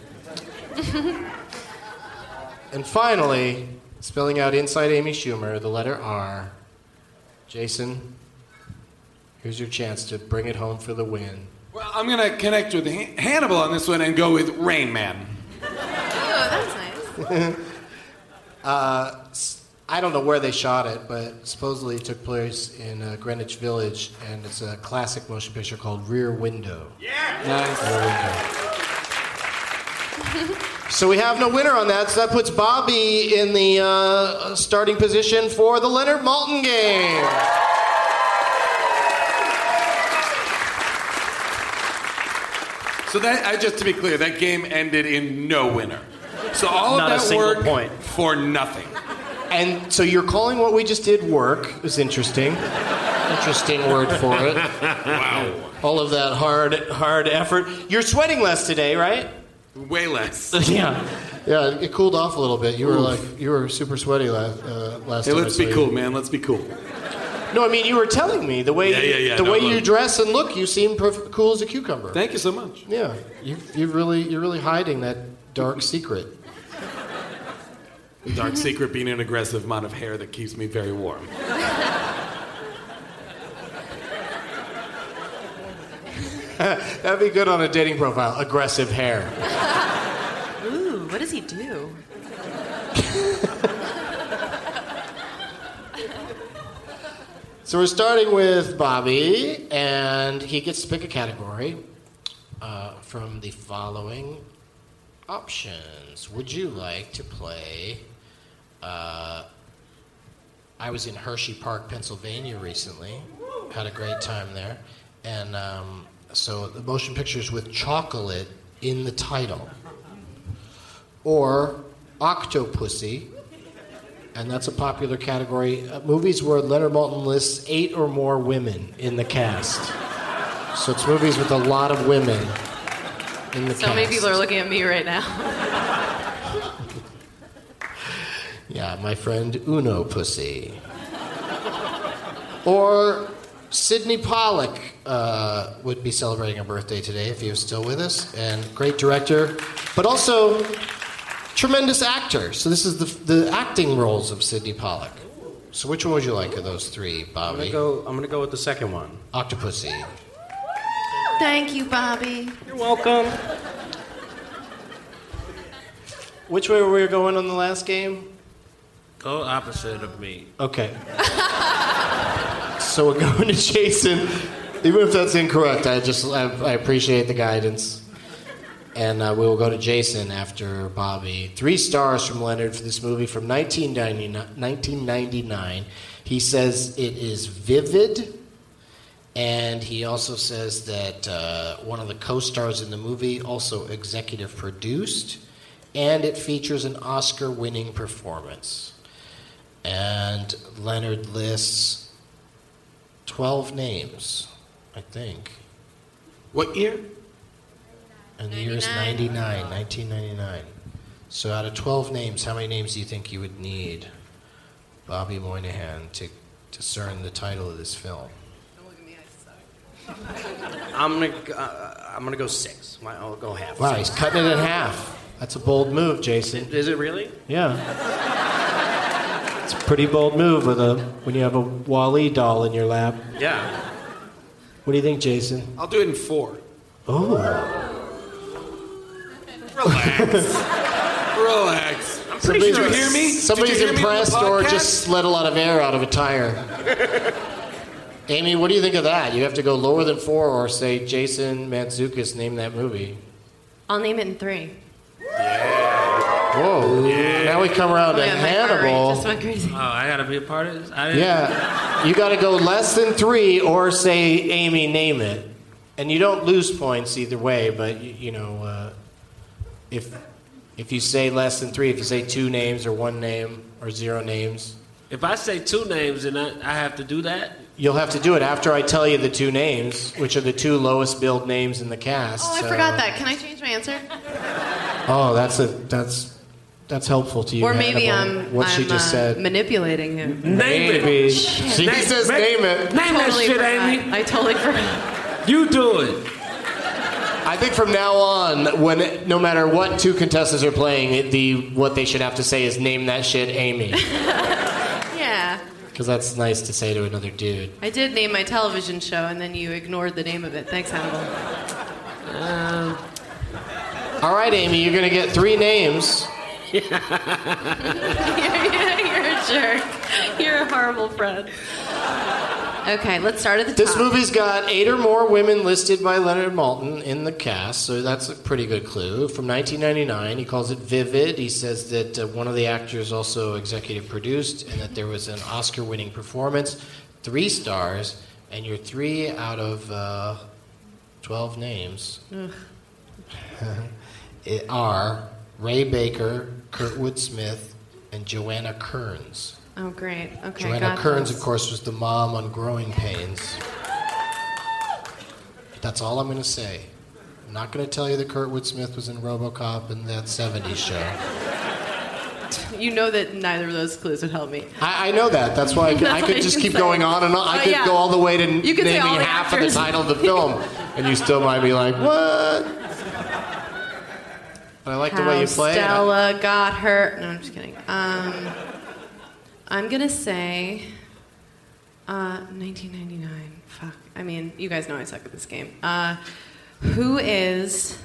Speaker 2: And finally, spelling out inside Amy Schumer, the letter R. Jason, here's your chance to bring it home for the win.
Speaker 5: Well, I'm going to connect with Han- Hannibal on this one and go with Rain Man.
Speaker 6: Oh,
Speaker 2: Uh, s- I don't know where they shot it, but supposedly it took place in uh, Greenwich Village, and it's a classic motion picture called Rear Window. Yeah.
Speaker 5: Nice.
Speaker 2: So we have no winner on that, so that puts Bobby in the uh, starting position for the Leonard Malton game.
Speaker 5: So that, I, just to be clear, that game ended in no winner. So all
Speaker 2: Not a
Speaker 5: of that
Speaker 2: single
Speaker 5: work
Speaker 2: point.
Speaker 5: for nothing.
Speaker 2: And so you're calling what we just did work. It's interesting. interesting word for it.
Speaker 5: Wow.
Speaker 2: All of that hard, hard effort. You're sweating less today, right?
Speaker 5: Way less.
Speaker 2: yeah. Yeah, it cooled off a little bit. You were like, you were super sweaty last uh, last.
Speaker 5: Hey,
Speaker 2: time I
Speaker 5: let's
Speaker 2: saw
Speaker 5: be
Speaker 2: you.
Speaker 5: cool, man. Let's be cool.
Speaker 2: No, I mean you were telling me the way
Speaker 5: Yeah, yeah, yeah,
Speaker 2: the
Speaker 5: no,
Speaker 2: way
Speaker 5: look.
Speaker 2: you dress and look. You seem perf- cool as a cucumber.
Speaker 5: Thank you so much.
Speaker 2: Yeah, you you really you're really hiding that dark secret.
Speaker 5: Dark secret being an aggressive amount of hair that keeps me very warm.
Speaker 2: That'd be good on a dating profile. Aggressive hair.
Speaker 6: Ooh, what does he do?
Speaker 2: So we're starting with Bobby, and he gets to pick a category uh, from the following options. Would you like to play? Uh, I was in Hershey Park, Pennsylvania recently. Had a great time there, and um, so the motion pictures with chocolate in the title, or Octopussy and that's a popular category. Uh, movies where Leonard Maltin lists eight or more women in the cast. So it's movies with a lot of women in the
Speaker 6: So
Speaker 2: cast.
Speaker 6: many people are looking at me right now.
Speaker 2: Yeah, my friend Uno Pussy. or Sidney Pollack uh, would be celebrating a birthday today if he was still with us, and great director, but also tremendous actor. So this is the, the acting roles of Sidney Pollack. So which one would you like of those three,
Speaker 4: I'm
Speaker 2: Bobby?
Speaker 4: gonna go. I'm gonna go with the second one.
Speaker 2: Octopussy.
Speaker 6: Thank you, Bobby.
Speaker 4: You're welcome.
Speaker 2: Which way were we going on the last game?
Speaker 7: Go opposite of me.
Speaker 2: Okay. so we're going to Jason. Even if that's incorrect, I just I, I appreciate the guidance. And uh, we will go to Jason after Bobby. Three stars from Leonard for this movie from 1999. 1999. He says it is vivid, and he also says that uh, one of the co stars in the movie also executive produced, and it features an Oscar winning performance. And Leonard lists 12 names, I think.
Speaker 5: What year?
Speaker 2: And the year is 99, 1999. So out of 12 names, how many names do you think you would need, Bobby Moynihan, to discern the title of this film?
Speaker 4: I'm gonna. go- Uh, I'm gonna go six. My- I'll go half.
Speaker 2: Wow, he's cutting it in half. That's a bold move, Jason.
Speaker 4: Is it really?
Speaker 2: Yeah. It's a pretty bold move with a, when you have a Wally doll in your lap.
Speaker 4: Yeah.
Speaker 2: What do you think, Jason?
Speaker 5: I'll do it in four.
Speaker 2: Oh.
Speaker 5: Relax. I'm pretty sure you hear me. Did you
Speaker 2: Somebody's
Speaker 5: hear me on the
Speaker 2: impressed or
Speaker 5: podcast?
Speaker 2: just let a lot of air out of a tire. Amy, what do you think of that? You have to go lower than four or say Jason Mantzoukas, name that movie.
Speaker 6: I'll name it in three.
Speaker 2: Whoa. Now we come around to
Speaker 6: Oh, Yeah, my heart rate
Speaker 2: Hannibal.
Speaker 6: Just went crazy.
Speaker 7: Oh, I gotta be a part of this. I didn't-
Speaker 2: Yeah. You got to go less than three or say Amy, name it. And you don't lose points either way, but, you, you know, uh, if, if you say less than three, if you say two names or one name or zero names,
Speaker 7: If I say two names and I, I have to do that,
Speaker 2: You'll have to do it after I tell you the two names, which are the two lowest billed names in the cast.
Speaker 6: Oh, I
Speaker 2: so-
Speaker 6: forgot that. Can I change my answer?
Speaker 2: Oh, that's a that's that's helpful to you.
Speaker 6: or maybe
Speaker 2: Hannibal,
Speaker 6: I'm,
Speaker 2: what
Speaker 6: I'm
Speaker 2: she just
Speaker 6: uh,
Speaker 2: said.
Speaker 6: manipulating him.
Speaker 2: Maybe she
Speaker 7: Name-
Speaker 2: says
Speaker 7: make-
Speaker 2: name it.
Speaker 7: Name that
Speaker 6: Totally
Speaker 7: shit,
Speaker 6: forgot.
Speaker 7: Amy.
Speaker 6: I totally forgot.
Speaker 7: You do it.
Speaker 2: I think from now on, when no matter what two contestants are playing, it- the what they should have to say is name that shit Amy,
Speaker 6: Yeah.
Speaker 2: because that's nice to say to another dude.
Speaker 6: I did name my television show, and then you ignored the name of it. Thanks, Hannibal.
Speaker 2: Um, all right, Amy, you're gonna get three names.
Speaker 6: You're a jerk. You're a horrible friend. Okay, let's start at the
Speaker 2: This
Speaker 6: top.
Speaker 2: movie's got eight or more women listed by Leonard Maltin in the cast, so that's a pretty good clue. From 1999, he calls it vivid. He says that uh, one of the actors also executive produced, and that there was an Oscar-winning performance, three stars, and you're three out of uh, 12 names.
Speaker 6: Ugh.
Speaker 2: It are Ray Baker, Kurtwood Smith, and Joanna Kearns.
Speaker 6: Oh, great. Okay,
Speaker 2: Joanna
Speaker 6: got
Speaker 2: Kearns,
Speaker 6: this.
Speaker 2: of course, was the mom on Growing Pains. That's all I'm going to say. I'm not going to tell you that Kurtwood Smith was in RoboCop and that 70s show.
Speaker 6: You know that neither of those clues would help me.
Speaker 2: I, I know that. That's why I could,
Speaker 6: That's
Speaker 2: I
Speaker 6: all
Speaker 2: could
Speaker 6: you
Speaker 2: just
Speaker 6: can
Speaker 2: keep
Speaker 6: say.
Speaker 2: going on and on. I
Speaker 6: Oh,
Speaker 2: could
Speaker 6: yeah.
Speaker 2: go all the way to
Speaker 6: You could say
Speaker 2: naming
Speaker 6: all the
Speaker 2: half of
Speaker 6: actors.
Speaker 2: the title of the film, and you still might be like, what? But I like the way you
Speaker 6: How
Speaker 2: play it. I-
Speaker 6: Stella got hurt. No, I'm just kidding. Um, I'm gonna say uh, 1999. Fuck. I mean, you guys know I suck at this game. Uh, who is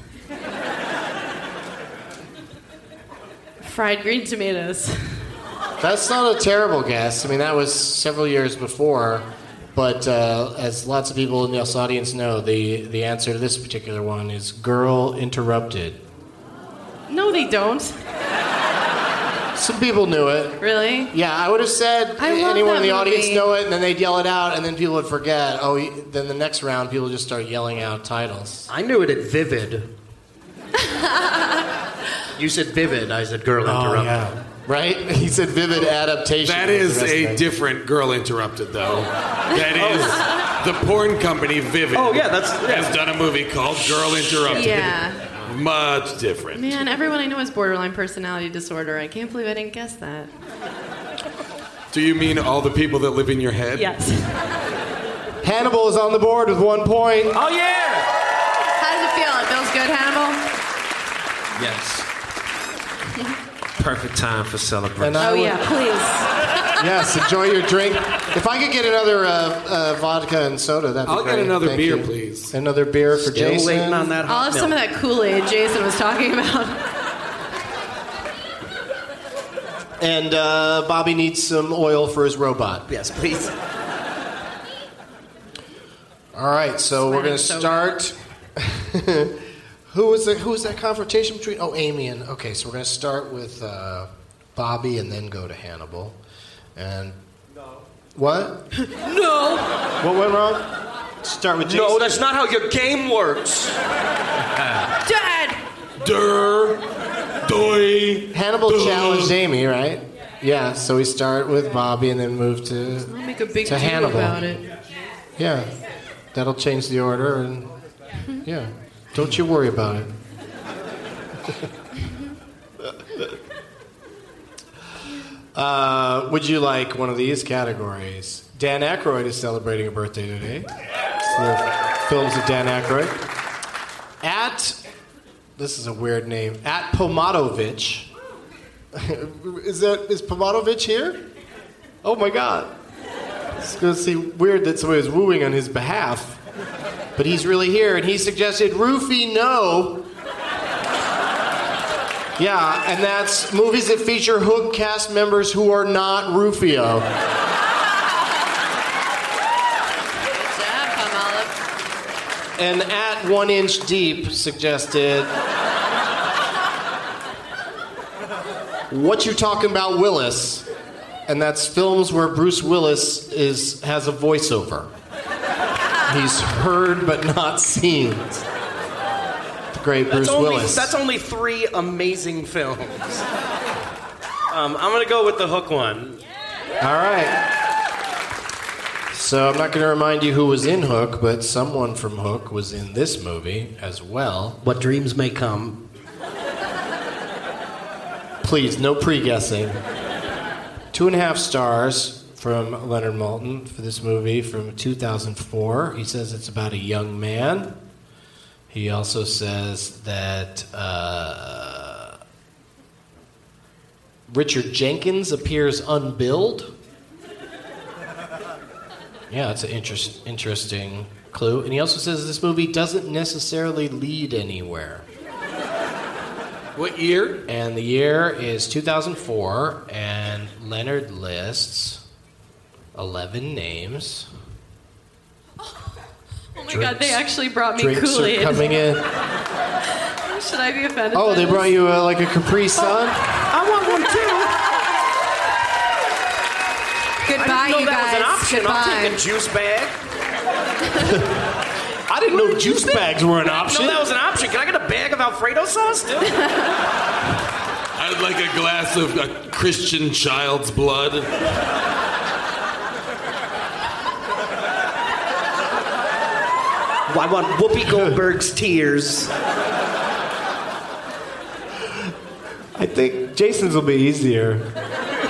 Speaker 6: fried green tomatoes?
Speaker 2: That's not a terrible guess. I mean, that was several years before. But uh, as lots of people in this audience know, the, the answer to this particular one is Girl Interrupted.
Speaker 6: No, they don't.
Speaker 2: Some people knew it.
Speaker 6: Really?
Speaker 2: Yeah, I would have said
Speaker 6: I love
Speaker 2: anyone in
Speaker 6: that
Speaker 2: the audience
Speaker 6: movie.
Speaker 2: know it, and then they'd yell it out, and then people would forget. Oh, y- then the next round, people just start yelling out titles.
Speaker 4: I knew it at Vivid. you said Vivid. I said Girl Interrupted.
Speaker 2: Right? He said vivid adaptation.
Speaker 5: Oh, That
Speaker 2: was
Speaker 5: is
Speaker 2: the rest of
Speaker 5: a
Speaker 2: it.
Speaker 5: different girl interrupted though. That is the porn company Vivid.
Speaker 4: Oh, yeah, that's-
Speaker 5: has done a movie called Girl Interrupted.
Speaker 6: Yeah.
Speaker 5: Much different.
Speaker 6: Man, everyone I know has borderline personality disorder. I can't believe I didn't guess that.
Speaker 5: Do you mean all the people that live in your head?
Speaker 6: Yes.
Speaker 2: Hannibal is on the board with one point.
Speaker 4: Oh, yeah!
Speaker 6: How does it feel? It feels good, Hannibal.
Speaker 7: Yes. Perfect time for celebration.
Speaker 2: And I
Speaker 6: oh
Speaker 2: would-
Speaker 6: yeah, please.
Speaker 2: yes, enjoy your drink. If I could get another uh, uh, vodka and soda, that'd be
Speaker 5: I'll
Speaker 2: great.
Speaker 5: get another
Speaker 2: Thank
Speaker 5: beer,
Speaker 2: you.
Speaker 5: please.
Speaker 2: Another beer for
Speaker 4: Still
Speaker 2: Jason.
Speaker 4: waiting on that
Speaker 6: I'll
Speaker 4: hot
Speaker 6: have some of
Speaker 4: milk.
Speaker 6: that Kool Aid Jason was talking about.
Speaker 2: And uh, Bobby needs some oil for his robot.
Speaker 4: Yes, please.
Speaker 2: All right, so we're gonna
Speaker 6: Sweating
Speaker 2: start. who was the, who was that confrontation between? Oh, Amy and okay. So we're gonna start with uh, Bobby and then go to Hannibal. And what?
Speaker 4: No!
Speaker 2: What went wrong? Start with Jason.
Speaker 4: No, that's not how your game works.
Speaker 6: Dad.
Speaker 5: Der, doi.
Speaker 2: Hannibal
Speaker 5: Boo.
Speaker 2: challenged Amy, right? Yeah. So we start with Bobby and then move to
Speaker 6: I'll make a big
Speaker 2: To
Speaker 6: deal
Speaker 2: Hannibal.
Speaker 6: about it.
Speaker 2: yeah. That'll change the order and yeah. Don't you worry about it. Uh, would you like one of these categories? Dan Aykroyd is celebrating a birthday today. So the films of Dan Aykroyd. At, this is a weird name, at Pomatovich. is that, is Pomatovich here? Oh my God. It's going to seem weird that somebody was wooing on his behalf. But he's really here, and he suggested Roofie No. Yeah, and that's movies that feature Hook cast members who are not Rufio.
Speaker 6: Dad, Pamela.
Speaker 2: And at One Inch Deep suggested. What you talking about, Willis? And that's films where Bruce Willis is has a voiceover. He's heard but not seen. The great Bruce
Speaker 4: That's only,
Speaker 2: Willis.
Speaker 4: that's only three amazing films. Um, I'm gonna go with the hook one.
Speaker 2: All right. So I'm not going to remind you who was in Hook, but someone from Hook was in this movie as well.
Speaker 4: What dreams may come.
Speaker 2: Please, no pre guessing. Two and a half stars from Leonard Maltin for this movie from 2004. He says it's about a young man.
Speaker 7: He also says that uh, Richard Jenkins appears unbilled. Yeah, that's an interest, interesting clue. And he also says this movie doesn't necessarily lead anywhere. What year? And the year is 2004, and Leonard lists 11 names.
Speaker 6: Oh my god, they actually brought me
Speaker 2: Drinks are
Speaker 6: Kool-Aid.
Speaker 2: coming in.
Speaker 6: Should I be offended?
Speaker 2: Oh,
Speaker 6: by
Speaker 2: they
Speaker 6: this?
Speaker 2: brought you uh, like a Capri Sun?
Speaker 4: I want one too. I
Speaker 6: Goodbye,
Speaker 4: didn't know
Speaker 6: you
Speaker 4: that was an
Speaker 6: guys.
Speaker 4: option. I'll
Speaker 6: Goodbye.
Speaker 4: take a juice bag.
Speaker 2: I didn't know juice bags were an
Speaker 4: I didn't
Speaker 2: option.
Speaker 4: know that was an option. Can I get a bag of Alfredo sauce too?
Speaker 5: I'd like a glass of a Christian child's blood.
Speaker 4: I want Whoopi Goldberg's tears.
Speaker 2: I think Jason's will be easier.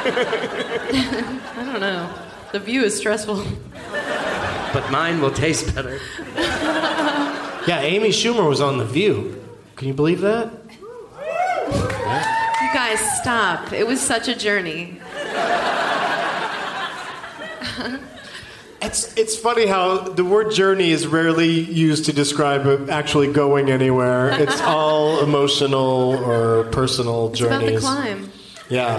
Speaker 6: I don't know. The view is stressful.
Speaker 4: But mine will taste better.
Speaker 2: Yeah, Amy Schumer was on The View. Can you believe that?
Speaker 6: You guys, stop. It was such a journey.
Speaker 2: It's it's funny how the word journey is rarely used to describe a- actually going anywhere. It's all emotional or personal
Speaker 6: It's about the
Speaker 2: journeys.
Speaker 6: climb.
Speaker 2: Yeah.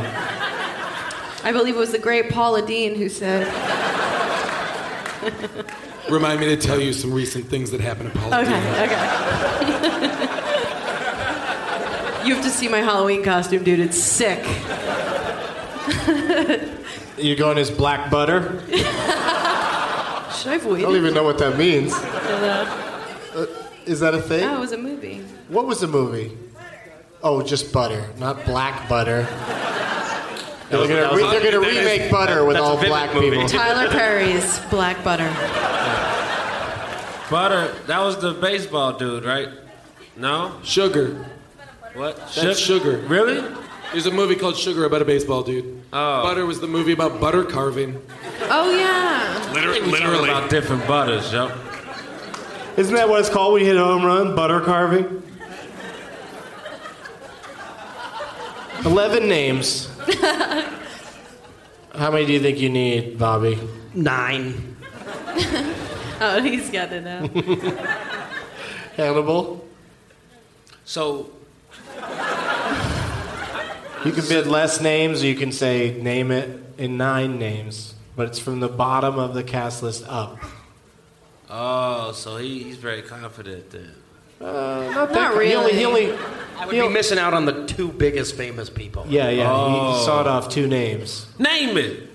Speaker 6: I believe it was the great Paula Dean who said.
Speaker 5: Remind me to tell you some recent things that happened to Paul.
Speaker 6: Okay,
Speaker 5: Dean.
Speaker 6: okay. you have to see my Halloween costume, dude. It's sick.
Speaker 2: You're going as black butter?
Speaker 6: Should I have
Speaker 2: I
Speaker 6: waited?
Speaker 2: don't even know what that means.
Speaker 6: Uh,
Speaker 2: Is that a thing?
Speaker 6: no, Oh, it was a movie.
Speaker 2: What was the movie? Oh, just butter, not black butter. They're
Speaker 7: was-
Speaker 2: gonna,
Speaker 7: that was
Speaker 2: re-
Speaker 7: a-
Speaker 2: they're gonna
Speaker 7: that is-
Speaker 2: remake butter with
Speaker 7: that's a
Speaker 2: all
Speaker 7: Vivid
Speaker 2: black
Speaker 7: movie.
Speaker 2: people.
Speaker 6: Tyler Perry's Black Butter.
Speaker 7: Butter, that was the baseball dude, right? No?
Speaker 5: Sugar.
Speaker 7: What?
Speaker 5: That's sugar.
Speaker 7: Really?
Speaker 5: There's a movie called Sugar about a baseball dude. Oh. Butter was the movie about butter carving.
Speaker 6: Oh, yeah.
Speaker 5: literally.
Speaker 7: About different butters, yo.
Speaker 2: Isn't that what it's called when you hit a home run? Butter carving? 11 names. How many do you think you need, Bobby?
Speaker 4: Nine.
Speaker 6: Oh, he's got it now.
Speaker 2: Hannibal?
Speaker 7: So,
Speaker 2: You can bid less names, or you can say name it in nine names, but it's from the bottom of the cast list up.
Speaker 7: oh, so he, he's very confident then.
Speaker 2: Uh, not
Speaker 6: Not
Speaker 2: He only, he
Speaker 6: really.
Speaker 2: only,
Speaker 4: I would be missing out on the two biggest famous people.
Speaker 2: yeah, yeah. He
Speaker 7: Oh.
Speaker 2: sawed off two names.
Speaker 7: Name it!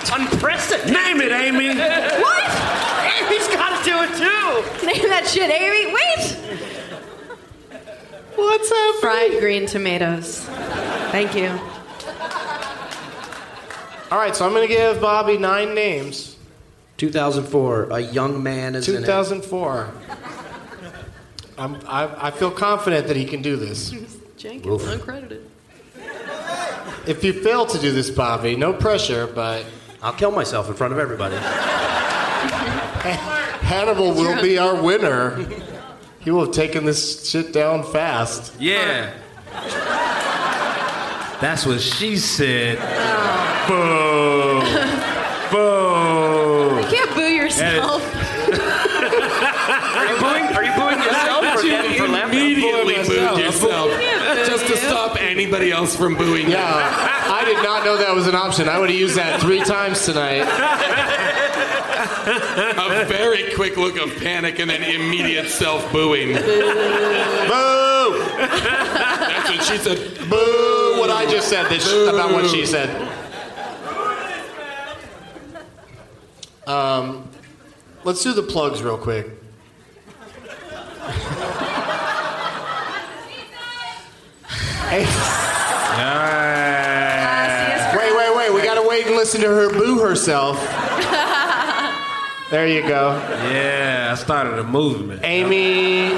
Speaker 4: It's unprecedented.
Speaker 7: Name it, Amy!
Speaker 4: What? Amy's got to do it too.
Speaker 6: Name that shit, Amy. Wait!
Speaker 2: What's up?
Speaker 6: Fried green tomatoes. Thank you.
Speaker 2: All right, so I'm going to give Bobby nine names.
Speaker 4: 2004, a young man is in it.
Speaker 2: 2004. I'm, I, I feel confident that he can do this.
Speaker 6: Jenkins, uncredited.
Speaker 2: If you fail to do this, Bobby, no pressure, but
Speaker 4: I'll kill myself in front of everybody.
Speaker 2: Hannibal will be our winner. He will have taken this shit down fast.
Speaker 7: Yeah. That's what she said. Boo!
Speaker 6: You can't boo yourself.
Speaker 4: Are you booing, are you booing yourself or them for laughing?
Speaker 5: Immediately
Speaker 2: I'm booing
Speaker 5: booed
Speaker 2: myself.
Speaker 5: yourself
Speaker 6: Yeah,
Speaker 5: just to
Speaker 6: boo
Speaker 5: stop anybody else from booing.
Speaker 2: Yeah, I did not know that was an option. I would have used that three times tonight.
Speaker 5: A very quick look of panic and then immediate self booing.
Speaker 2: Boo!
Speaker 5: That's what she said.
Speaker 2: Boo! What I just said this about what she said. Um, let's do the plugs real quick. Hey, wait, wait, wait. We gotta wait and listen to her boo herself. There you go.
Speaker 7: Yeah, I started a movement.
Speaker 2: Amy,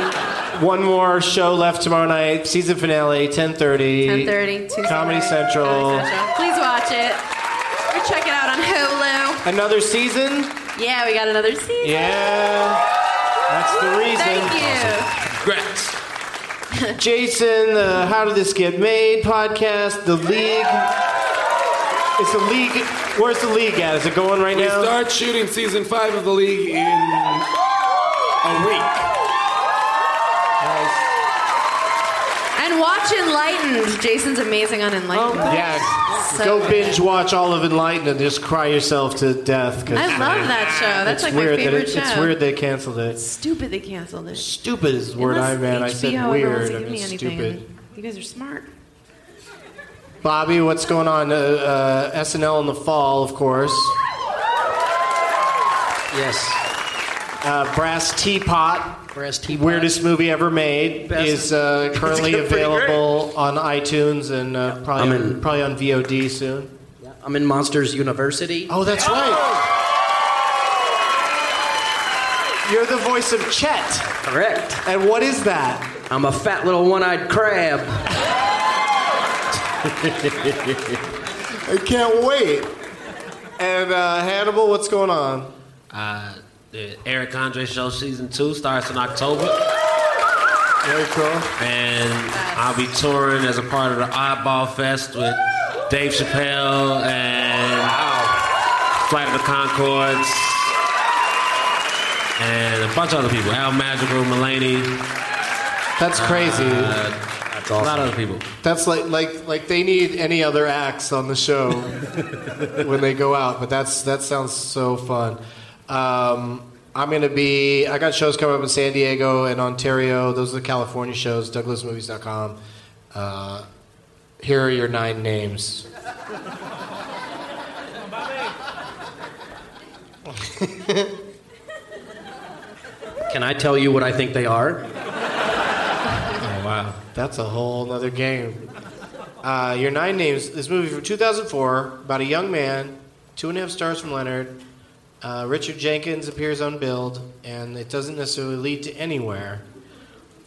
Speaker 2: one more show left tomorrow night. Season finale, 10.30.
Speaker 6: 10:30, Tuesday
Speaker 2: Comedy
Speaker 6: night,
Speaker 2: Central.
Speaker 6: Comedy Central. Please watch it. Or check it out on Hulu.
Speaker 2: Another season?
Speaker 6: Yeah, we got another season.
Speaker 2: Yeah.
Speaker 9: That's the reason.
Speaker 7: Congrats.
Speaker 2: Jason, the How Did This Get Made podcast, the league. It's the league. Where's the league at? Is it going right
Speaker 5: We
Speaker 2: now?
Speaker 5: start shooting season five of the league in a week.
Speaker 6: And watch Enlightened. Jason's amazing on Enlightened.
Speaker 2: Yeah,
Speaker 6: So
Speaker 2: Oh, go
Speaker 6: good.
Speaker 2: binge watch all of Enlightened and just cry yourself to death. 'cause,
Speaker 6: I
Speaker 2: uh,
Speaker 6: love that show. That's
Speaker 2: it's
Speaker 6: like my
Speaker 2: weird
Speaker 6: favorite
Speaker 2: that it-
Speaker 6: show.
Speaker 2: It's weird they canceled it.
Speaker 6: Stupid they canceled it.
Speaker 2: Stupid is the word
Speaker 6: Unless
Speaker 2: I meant. I said
Speaker 6: HBO ever wants
Speaker 2: weird.
Speaker 6: to
Speaker 2: I
Speaker 6: give
Speaker 2: mean
Speaker 6: me anything.
Speaker 2: stupid.
Speaker 6: You guys are smart.
Speaker 2: Bobby, what's going on? Uh, uh, SNL in the fall, of course. Yes. Uh, Brass Teapot.
Speaker 4: Brass Teapot.
Speaker 2: Weirdest movie ever made
Speaker 4: Best-
Speaker 2: is uh,
Speaker 4: It's
Speaker 2: currently
Speaker 4: gonna be great.
Speaker 2: available on iTunes and uh, probably, on,
Speaker 4: I'm in.
Speaker 2: probably on VOD soon.
Speaker 4: I'm in Monsters University.
Speaker 2: Oh, that's right. You're the voice of Chet.
Speaker 4: Correct.
Speaker 2: And what is that?
Speaker 4: I'm a fat little one-eyed crab.
Speaker 2: I can't wait. And uh, Hannibal, what's going on?
Speaker 7: Uh, the Eric Andre Show season two starts in October.
Speaker 2: Very cool.
Speaker 7: And I'll be touring as a part of the Oddball Fest with Dave Chappelle and Flight of the Concords and a bunch of other people. Al Magical, Mulaney.
Speaker 2: That's crazy.
Speaker 7: that's A lot of other people.
Speaker 2: That's like like like they need any other acts on the show when they go out, but that's that sounds so fun. Um, I'm gonna be. I got shows coming up in San Diego and Ontario. Those are the California shows. DouglasMovies.com. Uh, here are your nine names.
Speaker 4: Can I tell you what I think they are?
Speaker 7: Oh wow,
Speaker 2: that's a whole nother game. Uh, Your Nine Names. This movie from 2004 about a young man, two and a half stars from Leonard. Uh, Richard Jenkins appears on Build, and it doesn't necessarily lead to anywhere.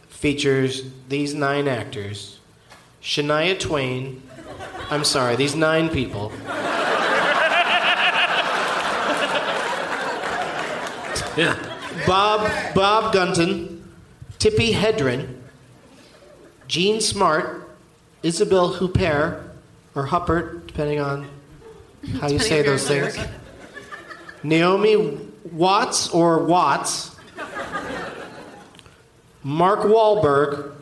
Speaker 2: Features these nine actors: Shania Twain. I'm sorry, these nine people. Bob Bob Gunton, Tippy Hedren, Jean Smart, Isabel Huppert, or Huppert, depending on how you
Speaker 7: Depending
Speaker 2: say
Speaker 7: if you're
Speaker 2: those
Speaker 7: in New
Speaker 2: things. Naomi Watts or Watts, Mark Wahlberg,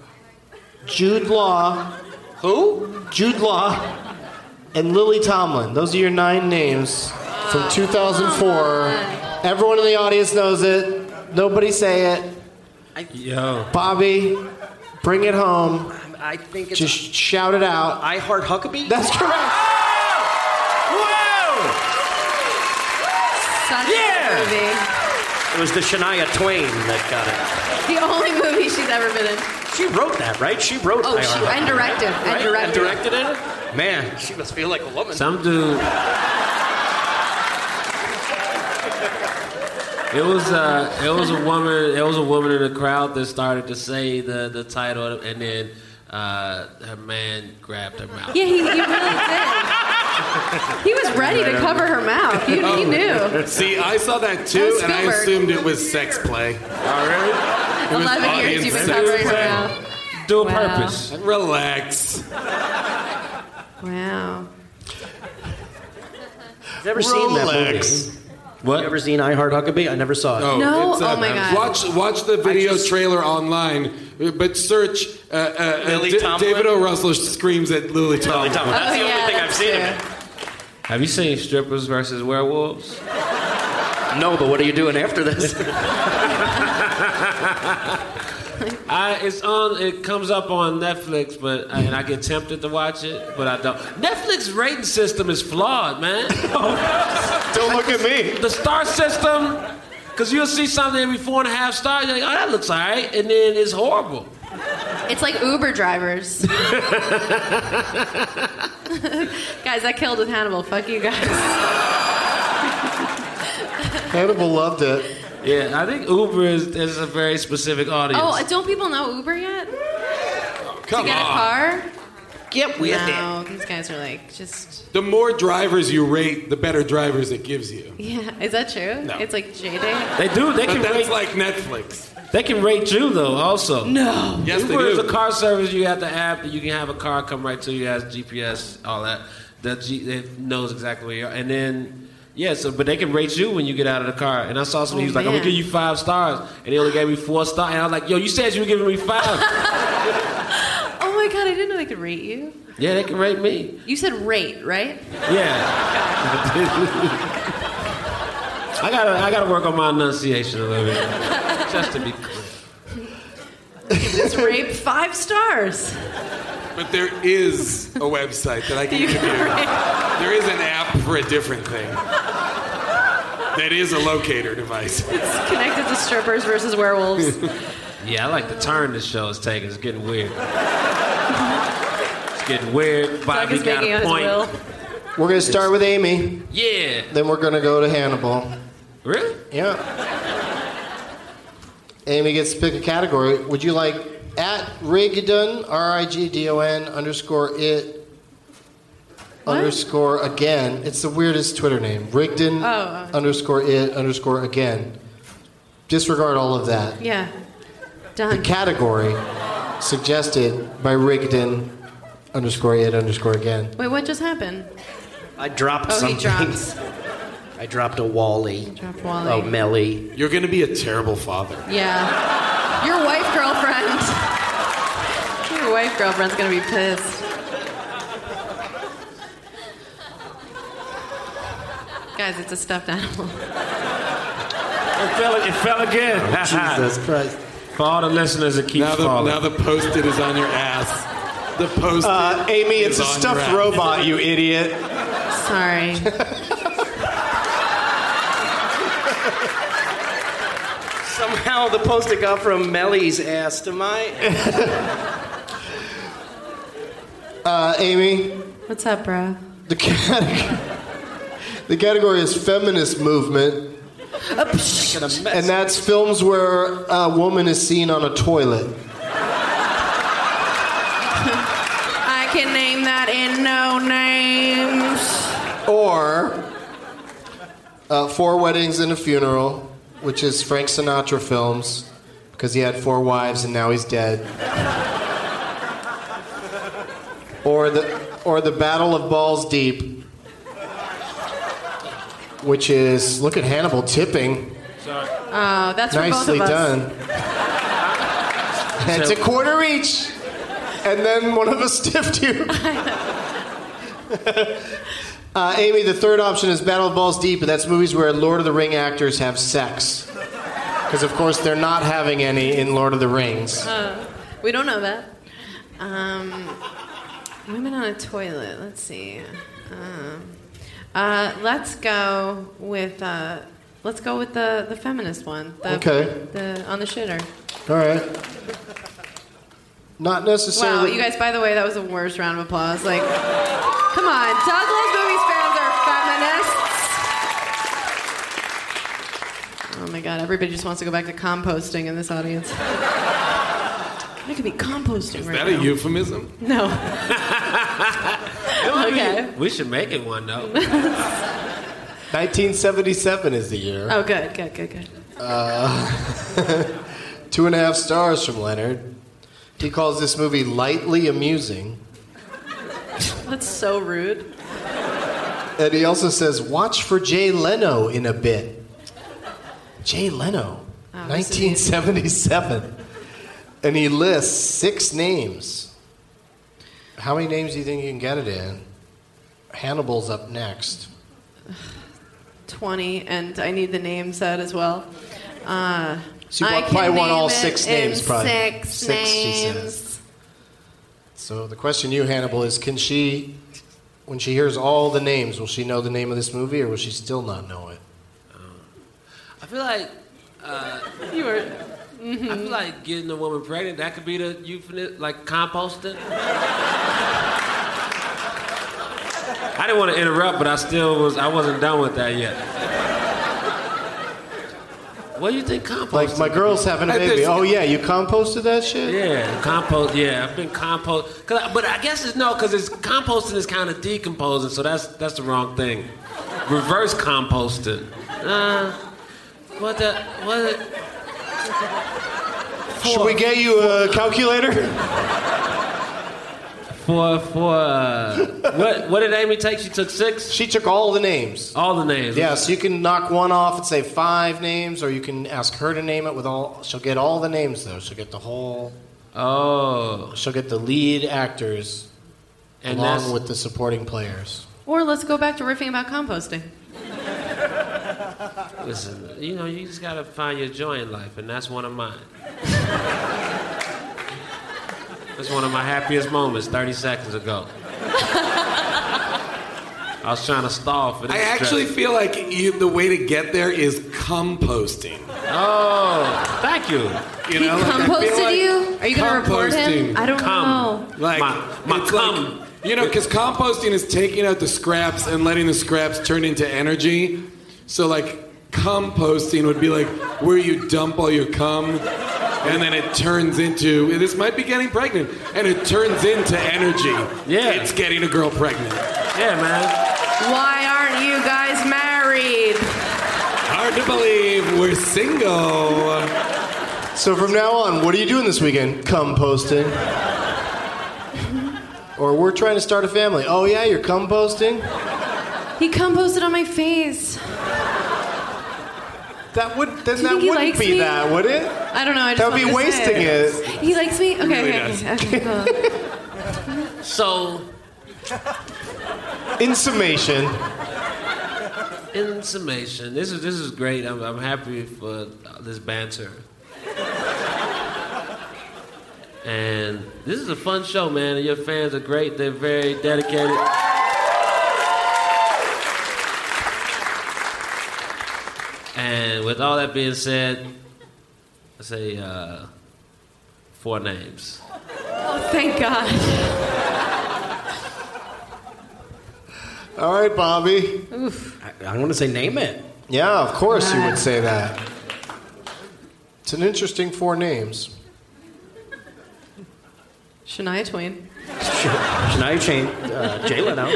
Speaker 2: Jude Law. Who? Jude Law and Lily Tomlin. Those are your nine names from 2004. Everyone in the audience knows it. Nobody say it.
Speaker 7: Yo.
Speaker 2: Bobby, bring it home.
Speaker 4: I think it's
Speaker 2: Just shout it out.
Speaker 4: I Heart Huckabee.
Speaker 2: That's correct.
Speaker 6: Such
Speaker 4: Yeah!
Speaker 6: a good movie.
Speaker 4: It was the Shania Twain that got it.
Speaker 6: The only movie she's ever been in.
Speaker 4: She wrote that, right? She wrote.
Speaker 6: Oh,
Speaker 4: I
Speaker 6: she-
Speaker 4: Heart Huckabee,
Speaker 6: and directed, and
Speaker 4: right?
Speaker 6: directed.
Speaker 4: And directed it. Man, she must feel like a woman.
Speaker 7: Some dude. It was uh, it was a woman. It was a woman in the crowd that started to say the the title, and then uh, her man grabbed her mouth.
Speaker 6: Yeah, he, he really did. He was ready to cover her mouth. He,
Speaker 2: Oh.
Speaker 6: he knew.
Speaker 5: See, I saw that
Speaker 6: That
Speaker 5: too,
Speaker 6: was
Speaker 5: and I
Speaker 6: Spielberg.
Speaker 5: assumed it was sex play. All right. It was
Speaker 6: 11 years you've been
Speaker 5: audience
Speaker 6: covering
Speaker 5: sex
Speaker 6: her
Speaker 5: play.
Speaker 6: mouth.
Speaker 7: Dual
Speaker 6: Wow.
Speaker 7: purpose.
Speaker 5: Relax.
Speaker 6: Wow.
Speaker 4: Never seen that
Speaker 5: Rolex.
Speaker 4: movie. What? Never seen I Heart Huckabee. I never saw it.
Speaker 5: Oh,
Speaker 6: No?
Speaker 5: it's, uh,
Speaker 6: Oh my God.
Speaker 5: Watch watch the video trailer online, uh, but search uh, uh, uh,
Speaker 4: Lily
Speaker 5: D-
Speaker 4: Tomlin?
Speaker 5: David O. Russell screams at Lily Tomlin.
Speaker 4: Tomlin. That's the only thing I've seen of it.
Speaker 7: Have you seen strippers versus werewolves?
Speaker 4: No, but what are you doing after this?
Speaker 7: I, it's on. It comes up on Netflix, but uh, and I get tempted to watch it, but I don't. Netflix rating system is flawed, man.
Speaker 2: Don't look at me.
Speaker 7: The star system, because you'll see something every four and a half stars, you're like, oh, that looks all right, and then it's horrible.
Speaker 6: It's like Uber drivers. guys, I killed with Hannibal. Fuck you guys.
Speaker 2: Hannibal loved it.
Speaker 7: Yeah, I think Uber is, is a very
Speaker 6: uh,
Speaker 7: specific audience.
Speaker 6: Oh, don't people know Uber yet?
Speaker 5: Come
Speaker 6: to get a
Speaker 5: on.
Speaker 6: car?
Speaker 4: Get with
Speaker 6: no, these guys are like just.
Speaker 5: The more drivers you rate, the better drivers it gives you.
Speaker 6: Yeah, is that true?
Speaker 5: No.
Speaker 6: It's like J Day.
Speaker 7: They do. They
Speaker 5: But
Speaker 7: can
Speaker 5: that's like
Speaker 7: rate.
Speaker 5: Netflix.
Speaker 7: They can rate you though. Also.
Speaker 6: No.
Speaker 5: Yes, they
Speaker 7: Uber is
Speaker 5: do.
Speaker 7: a car service. You have the app. You can have a car come right to you. Has GPS, all that. That G- it knows exactly where you are. And then. Yeah, so but they can rate you when you get out of the car. And I saw
Speaker 6: Oh,
Speaker 7: somebody who was like, "I'm
Speaker 6: man.
Speaker 7: gonna give you five stars," and they only gave me four stars. And I was like, "Yo, you said you were giving me five.
Speaker 6: Oh my god, I didn't know they could rate you.
Speaker 7: yeah, they can rate me.
Speaker 6: You said rate, right?
Speaker 7: Yeah. I gotta, I gotta work on my enunciation a little bit, just to be clear.
Speaker 6: It's rape five stars.
Speaker 5: But there is a website that I can
Speaker 6: You
Speaker 5: give you.
Speaker 6: can rate-
Speaker 5: There is an app for a different thing. That is a locator device.
Speaker 6: It's connected to strippers versus werewolves.
Speaker 7: Yeah, I like the turn this show is taking. It's getting weird. it's getting weird.
Speaker 6: Doug
Speaker 7: Bobby
Speaker 6: is
Speaker 7: got
Speaker 6: making out
Speaker 7: a
Speaker 6: his
Speaker 7: point.
Speaker 6: will.
Speaker 2: We're going to start with Amy,
Speaker 7: Yeah.
Speaker 2: then we're going to go to Hannibal.
Speaker 7: Really?
Speaker 2: Yeah. Amy gets to pick a category. Would you like at Rigdon, R I G D O N underscore it
Speaker 6: What?
Speaker 2: underscore again? It's the weirdest Twitter name. Rigdon
Speaker 6: Oh.
Speaker 2: underscore it underscore again. Disregard all of that.
Speaker 6: Yeah.
Speaker 2: The
Speaker 6: Done.
Speaker 2: category suggested by Rigdon underscore it underscore again.
Speaker 6: Wait, what just happened?
Speaker 4: I dropped
Speaker 6: Oh,
Speaker 4: something.
Speaker 6: he dropped.
Speaker 4: I dropped a Wally.
Speaker 6: Dropped Wally.
Speaker 4: Oh, Melly.
Speaker 5: You're going to be a terrible father.
Speaker 6: Yeah. Your wife girlfriend. Your wife girlfriend's gonna be pissed. Guys, it's a stuffed animal.
Speaker 7: It fell, it fell again.
Speaker 4: Uh,
Speaker 2: Jesus Christ.
Speaker 7: Oh, For all the listeners that keep
Speaker 5: Now the,
Speaker 7: falling.
Speaker 5: now the post-it is on your ass. The post-it.
Speaker 4: uh,
Speaker 5: is on your ass.
Speaker 2: you idiot.
Speaker 6: Sorry.
Speaker 4: Somehow the post-it got from Melly's ass to my.
Speaker 2: Uh, Amy,
Speaker 6: What's up, bro?
Speaker 2: The category, the category is feminist movement, and that's films where a woman is seen on a toilet.
Speaker 6: I can name that in no names.
Speaker 2: Or uh, Four Weddings and a Funeral, which is Frank Sinatra films, because he had four wives and now he's dead. or, the, or The Battle of Balls Deep, which is, look at Hannibal tipping.
Speaker 6: Oh, that's
Speaker 2: Nicely
Speaker 6: for both of us.
Speaker 2: done. That's a quarter each. And then one of us stiffed you. uh, Amy, the third option is Battle of Balls Deep, but that's movies where Lord of the Ring actors have sex. Because, of course, they're not having any in Lord of the Rings.
Speaker 6: Uh, We don't know that. Um, women on a toilet. Let's see. Um, uh, let's go with uh, let's go with the, the feminist one. The,
Speaker 2: Okay.
Speaker 6: The on the shitter.
Speaker 2: All right. Not
Speaker 6: Wow,
Speaker 2: necessarily.
Speaker 6: you guys. By the way, that was the worst round of applause. Like, come on, Douglas movies fans are feminists. Oh my god, everybody just wants to go back to composting in this audience. I could be composting
Speaker 5: Is
Speaker 6: right
Speaker 5: that
Speaker 6: now.
Speaker 5: a euphemism?
Speaker 6: No. okay.
Speaker 7: We should make it one though.
Speaker 2: 1977 is the year.
Speaker 6: Oh, good, good, good, good. Oh.
Speaker 2: Two and a half stars from Leonard. He calls this movie lightly amusing.
Speaker 6: That's so rude.
Speaker 2: And he also says, watch for Jay Leno in a bit. Jay Leno,
Speaker 6: Oh, this is
Speaker 2: 1977. And he lists six names. How many names do you think you can get it in? Hannibal's up next.
Speaker 6: 20, and I need the name set as well. Uh,
Speaker 2: So you
Speaker 6: I
Speaker 2: probably
Speaker 6: can
Speaker 2: want all
Speaker 6: name it
Speaker 2: six
Speaker 6: in
Speaker 2: names, probably.
Speaker 6: Six,
Speaker 2: Six, she says.
Speaker 6: names.
Speaker 2: So the question to you, Hannibal, is can she, when she hears all the names, will she know the name of this movie or will she still not know it?
Speaker 7: I feel like uh,
Speaker 6: You were, mm-hmm.
Speaker 7: I feel like getting a woman pregnant. That could be the euphemism, like composting. I didn't want to interrupt, but I still was. I wasn't done with that yet. What do you think compost?
Speaker 2: Like my girl's having a
Speaker 7: I
Speaker 2: baby.
Speaker 7: just-
Speaker 2: Oh yeah, you composted that shit.
Speaker 7: Yeah, compost. Yeah, I've been compost. 'cause I- but I guess it's no, because it's composting is kind of decomposing, so that's that's the wrong thing. Reverse composting. Uh, what the what? The,
Speaker 2: Should we get you a calculator?
Speaker 7: For for uh, what what did Amy take? She took six.
Speaker 2: She took all the names.
Speaker 7: All the names.
Speaker 2: Yeah, so you can knock one off and say five names, or you can ask her to name it with all. She'll get all the names though. She'll get the whole.
Speaker 7: Oh.
Speaker 2: She'll get the lead actors,
Speaker 7: And that's-
Speaker 2: along with the supporting players.
Speaker 6: Or let's go back to riffing about composting.
Speaker 7: Listen, you know, you just gotta find your joy in life, and that's one of mine. that's one of my happiest moments. Thirty seconds ago. I was trying to stall for this.
Speaker 5: I actually
Speaker 7: trip.
Speaker 5: feel like you, the way to get there is composting.
Speaker 7: Oh, thank you.
Speaker 5: You know, like, I feel
Speaker 6: composted
Speaker 5: like
Speaker 6: you? Are you gonna report him?
Speaker 5: composting,
Speaker 6: I don't know.
Speaker 5: cum, Like my, cum. you know, because composting is taking out the scraps and letting the scraps turn into energy. So like composting would be like where you dump all your cum, and then it turns into this might be getting pregnant, and it turns into energy. Yeah, it's getting a girl pregnant.
Speaker 7: Yeah, man.
Speaker 6: Why aren't you guys married?
Speaker 5: Hard to believe we're single.
Speaker 2: So from now on, what are you doing this weekend? Composting. or we're trying to start a family. Oh yeah, you're composting.
Speaker 6: He composted on my face.
Speaker 2: That would then
Speaker 6: Do
Speaker 2: that
Speaker 6: you think he
Speaker 2: wouldn't
Speaker 6: likes
Speaker 2: be
Speaker 6: me?
Speaker 2: that, would it?
Speaker 6: I don't know. I just
Speaker 2: That would be
Speaker 6: wanted to say
Speaker 2: wasting it.
Speaker 6: He likes me. Okay,
Speaker 2: really
Speaker 6: okay, okay, okay, cool.
Speaker 7: So,
Speaker 2: in summation,
Speaker 7: in summation, this is this is great. I'm, I'm happy for this banter. And this is a fun show, man. And your fans are great. They're very dedicated. And with all that being said, I say uh, four names.
Speaker 6: Oh, thank God.
Speaker 2: All right, Bobby.
Speaker 4: I, I want to say name it.
Speaker 2: Yeah, of course you would say that. It's an interesting four names.
Speaker 6: Shania Twain.
Speaker 4: Shania Chain, uh, Jay Leno,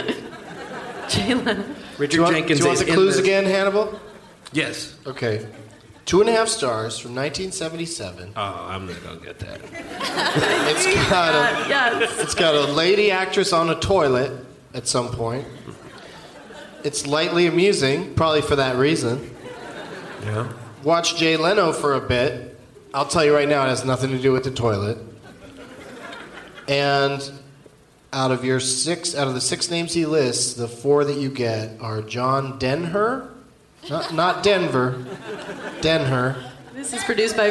Speaker 6: Jalen.
Speaker 2: do you
Speaker 4: Richard
Speaker 2: want,
Speaker 4: Jenkins.
Speaker 2: do you want
Speaker 4: is
Speaker 2: the
Speaker 4: in
Speaker 2: clues
Speaker 4: this.
Speaker 2: again, Hannibal?
Speaker 7: Yes.
Speaker 2: Okay. Two and a half stars from 1977.
Speaker 7: Oh, I'm not gonna get that.
Speaker 2: It's got a,
Speaker 6: Yes.
Speaker 2: it's got a lady actress on a toilet at some point. It's lightly amusing, probably for that reason.
Speaker 7: Yeah.
Speaker 2: Watch Jay Leno for a bit. I'll tell you right now, it has nothing to do with the toilet. And out of your six, out of the six names he lists, the four that you get are John Denher, not, not Denver, Denher,
Speaker 6: This is produced by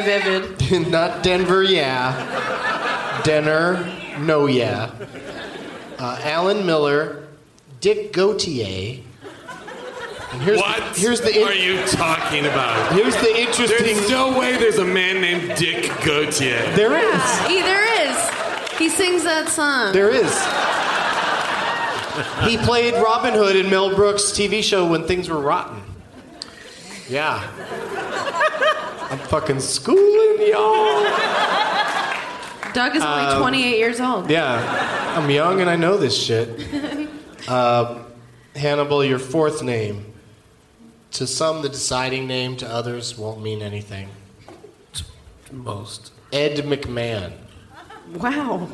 Speaker 6: Vivid.
Speaker 2: not Denver, yeah, Denner, no, yeah, uh, Alan Miller, Dick Gautier. And here's
Speaker 5: what
Speaker 2: The, here's the in-
Speaker 5: are you talking about?
Speaker 2: here's the interesting.
Speaker 5: There's no way there's a man named Dick Gautier.
Speaker 2: there is.
Speaker 6: Yeah, he, there is. He sings that song.
Speaker 2: There is. He played Robin Hood in Mel Brooks' TV show when things were rotten. Yeah. I'm fucking schooling y'all.
Speaker 6: Doug is only
Speaker 2: Um,
Speaker 6: 28 years old.
Speaker 2: Yeah. I'm young and I know this shit. Uh, Hannibal, your fourth name. To some, the deciding name, to others, won't mean anything.
Speaker 7: Most.
Speaker 2: Ed McMahon.
Speaker 6: Wow.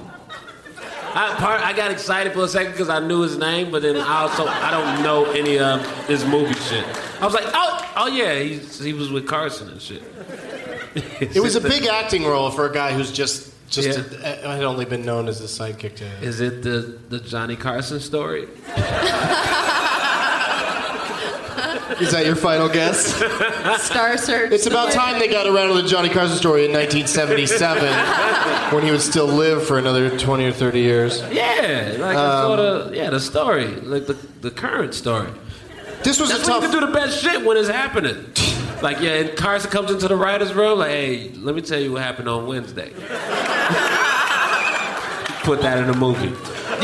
Speaker 7: I, part, I got excited for a second because I knew his name, but then I also I don't know any of this movie shit. I was like, oh, oh yeah, he, he was with Carson and shit.
Speaker 2: It was a big acting role for a guy who's just, just
Speaker 7: Yeah.
Speaker 2: uh, had only been known as the sidekick to
Speaker 7: Is it the the Johnny Carson story?
Speaker 2: Is that your final guess?
Speaker 6: Star Search.
Speaker 2: It's about time they got around to the Johnny Carson story in 1977 when he would still live for another 20 or 30 years.
Speaker 7: Yeah, like the sort
Speaker 2: Um,
Speaker 7: of yeah the story, like the the current story.
Speaker 2: This was
Speaker 7: That's
Speaker 2: a
Speaker 7: when you
Speaker 2: tough.
Speaker 7: can do the best shit when it's happening. Like yeah, and Carson comes into the writers' room like, hey, let me tell you what happened on Wednesday. Put that in a movie.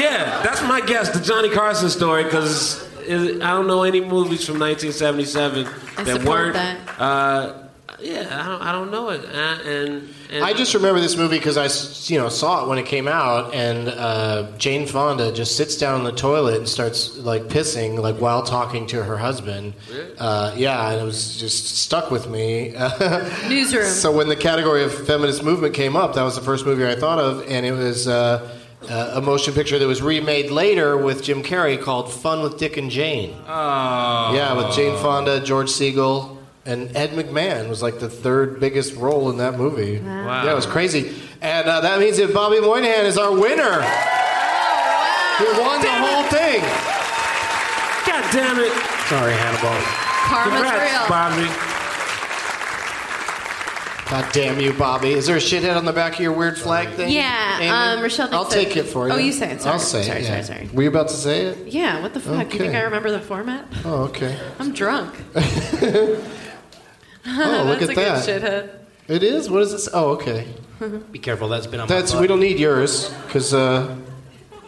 Speaker 7: Yeah, that's my guess, the Johnny Carson story, because I don't know any movies from 1977
Speaker 6: I
Speaker 7: that
Speaker 6: support
Speaker 7: weren't.
Speaker 6: that.
Speaker 7: Uh, yeah, I don't, I don't know it. Uh, and, and
Speaker 2: I just remember this movie because I, s- you know, saw it when it came out, and uh, Jane Fonda just sits down in the toilet and starts like pissing, like while talking to her husband. Uh, yeah, and it was just stuck with me.
Speaker 6: Newsroom.
Speaker 2: So when the category of feminist movement came up, that was the first movie I thought of, and it was. Uh, uh, a motion picture that was remade later with Jim Carrey called Fun with Dick and Jane.
Speaker 8: Oh.
Speaker 2: Yeah, with Jane Fonda, George Siegel, and Ed McMahon was like the third biggest role in that movie.
Speaker 8: Wow.
Speaker 2: Yeah, it was crazy. And uh, that means that Bobby Moynihan is our winner.
Speaker 6: Oh,
Speaker 2: He won the whole thing.
Speaker 7: God damn it.
Speaker 2: Sorry, Hannibal.
Speaker 6: Karma's real.
Speaker 7: Bobby.
Speaker 2: God damn you, Bobby. Is there a shithead on the back of your weird flag thing? Amy?
Speaker 6: Yeah, um, Rochelle.
Speaker 2: I'll
Speaker 6: Dixon.
Speaker 2: take it for you.
Speaker 6: Oh, you say it. Sorry.
Speaker 2: I'll say
Speaker 6: sorry,
Speaker 2: it.
Speaker 6: Sorry,
Speaker 2: yeah.
Speaker 6: sorry.
Speaker 2: Were you about to say it?
Speaker 6: Yeah, what the fuck? You think
Speaker 2: Okay.
Speaker 6: I remember the format?
Speaker 2: Oh, okay.
Speaker 6: I'm drunk.
Speaker 2: Oh, look
Speaker 6: That's
Speaker 2: at
Speaker 6: a good
Speaker 2: that. It is? What is this? Oh, okay.
Speaker 6: shithead.
Speaker 4: Be careful, that's been on
Speaker 2: That's
Speaker 4: my
Speaker 2: we don't need yours because uh,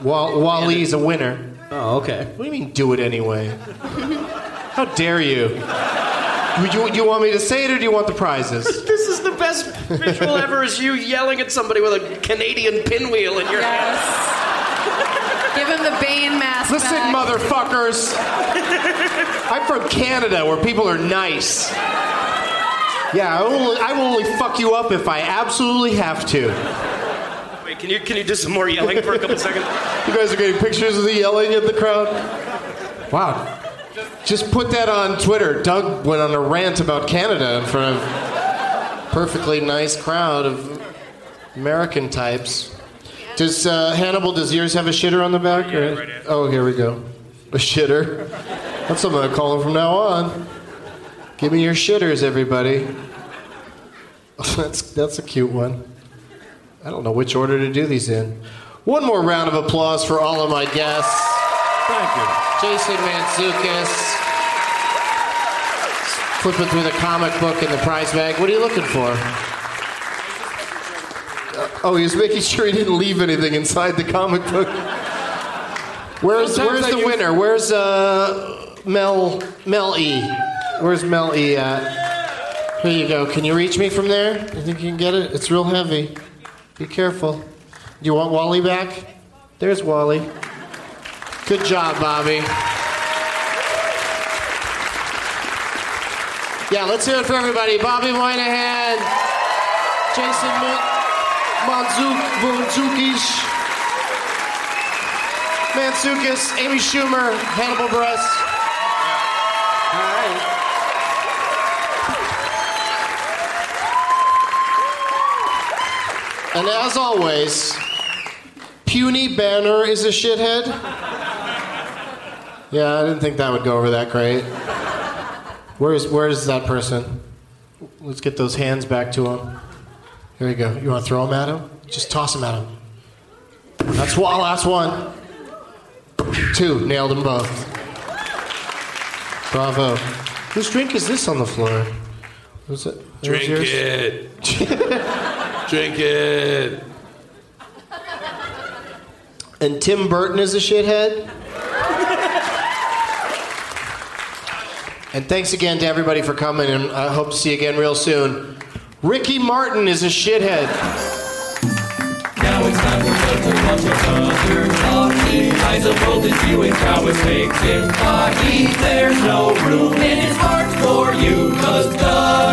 Speaker 2: Wal- Wally's a winner.
Speaker 4: Oh, okay.
Speaker 2: What do you mean? Do it anyway? How dare you? Do you, do you want me to say it or do you want the prizes?
Speaker 4: This is the best visual ever is you yelling at somebody with a Canadian pinwheel in your
Speaker 6: yes. Give him the Bane mask.
Speaker 2: Listen,
Speaker 6: back.
Speaker 2: motherfuckers. I'm from Canada where people are nice. Yeah, I will, I will only fuck you up if I absolutely have to.
Speaker 4: Wait, can you can you do some more yelling for a couple seconds?
Speaker 2: You guys are getting pictures of the yelling at the crowd? Wow. Just put that on Twitter. Doug went on a rant about Canada in front of a perfectly nice crowd of American types. Does uh, Hannibal? Does yours have a shitter on the back? or- oh, here we go. A shitter. That's what I'm gonna call him from now on. Give me your shitters, everybody. that's that's a cute one. I don't know which order to do these in. One more round of applause for all of my guests. Thank you. Jason Mantzoukas. Flipping through the comic book in the prize bag. What are you looking for? Uh, oh, he was making sure he didn't leave anything inside the comic book. Where's
Speaker 7: Sometimes I
Speaker 2: Where's the
Speaker 7: use-
Speaker 2: winner? Where's uh, Mel Mel E? Where's Mel E at? Here you go. Can you reach me from there? You think you can get it? It's real heavy. Be careful. Do you want Wally back? There's Wally. Good job, Bobby. Yeah, let's hear it for everybody. Bobby Moynihan, Jason Manzukis, Manzukis, Amy Schumer, Hannibal Buress. All right. And as always, Puny Banner is a shithead. Yeah, I didn't think that would go over that great. Where's Where's that person? Let's get those hands back to him. Here we go. You want to throw them at him? Just toss them at him. That's one. Last one. Two. Nailed them both. Bravo. Whose drink is this on the floor? Was it? that was
Speaker 5: Drink
Speaker 2: yours?
Speaker 5: it. Drink it.
Speaker 2: And Tim Burton is a shithead. and thanks again to everybody for coming, and I hope to see you again real soon. Ricky Martin is a shithead.
Speaker 10: Eyes of both as you and Cowboys makes it foggy. There's no room in his heart for you, cause Doug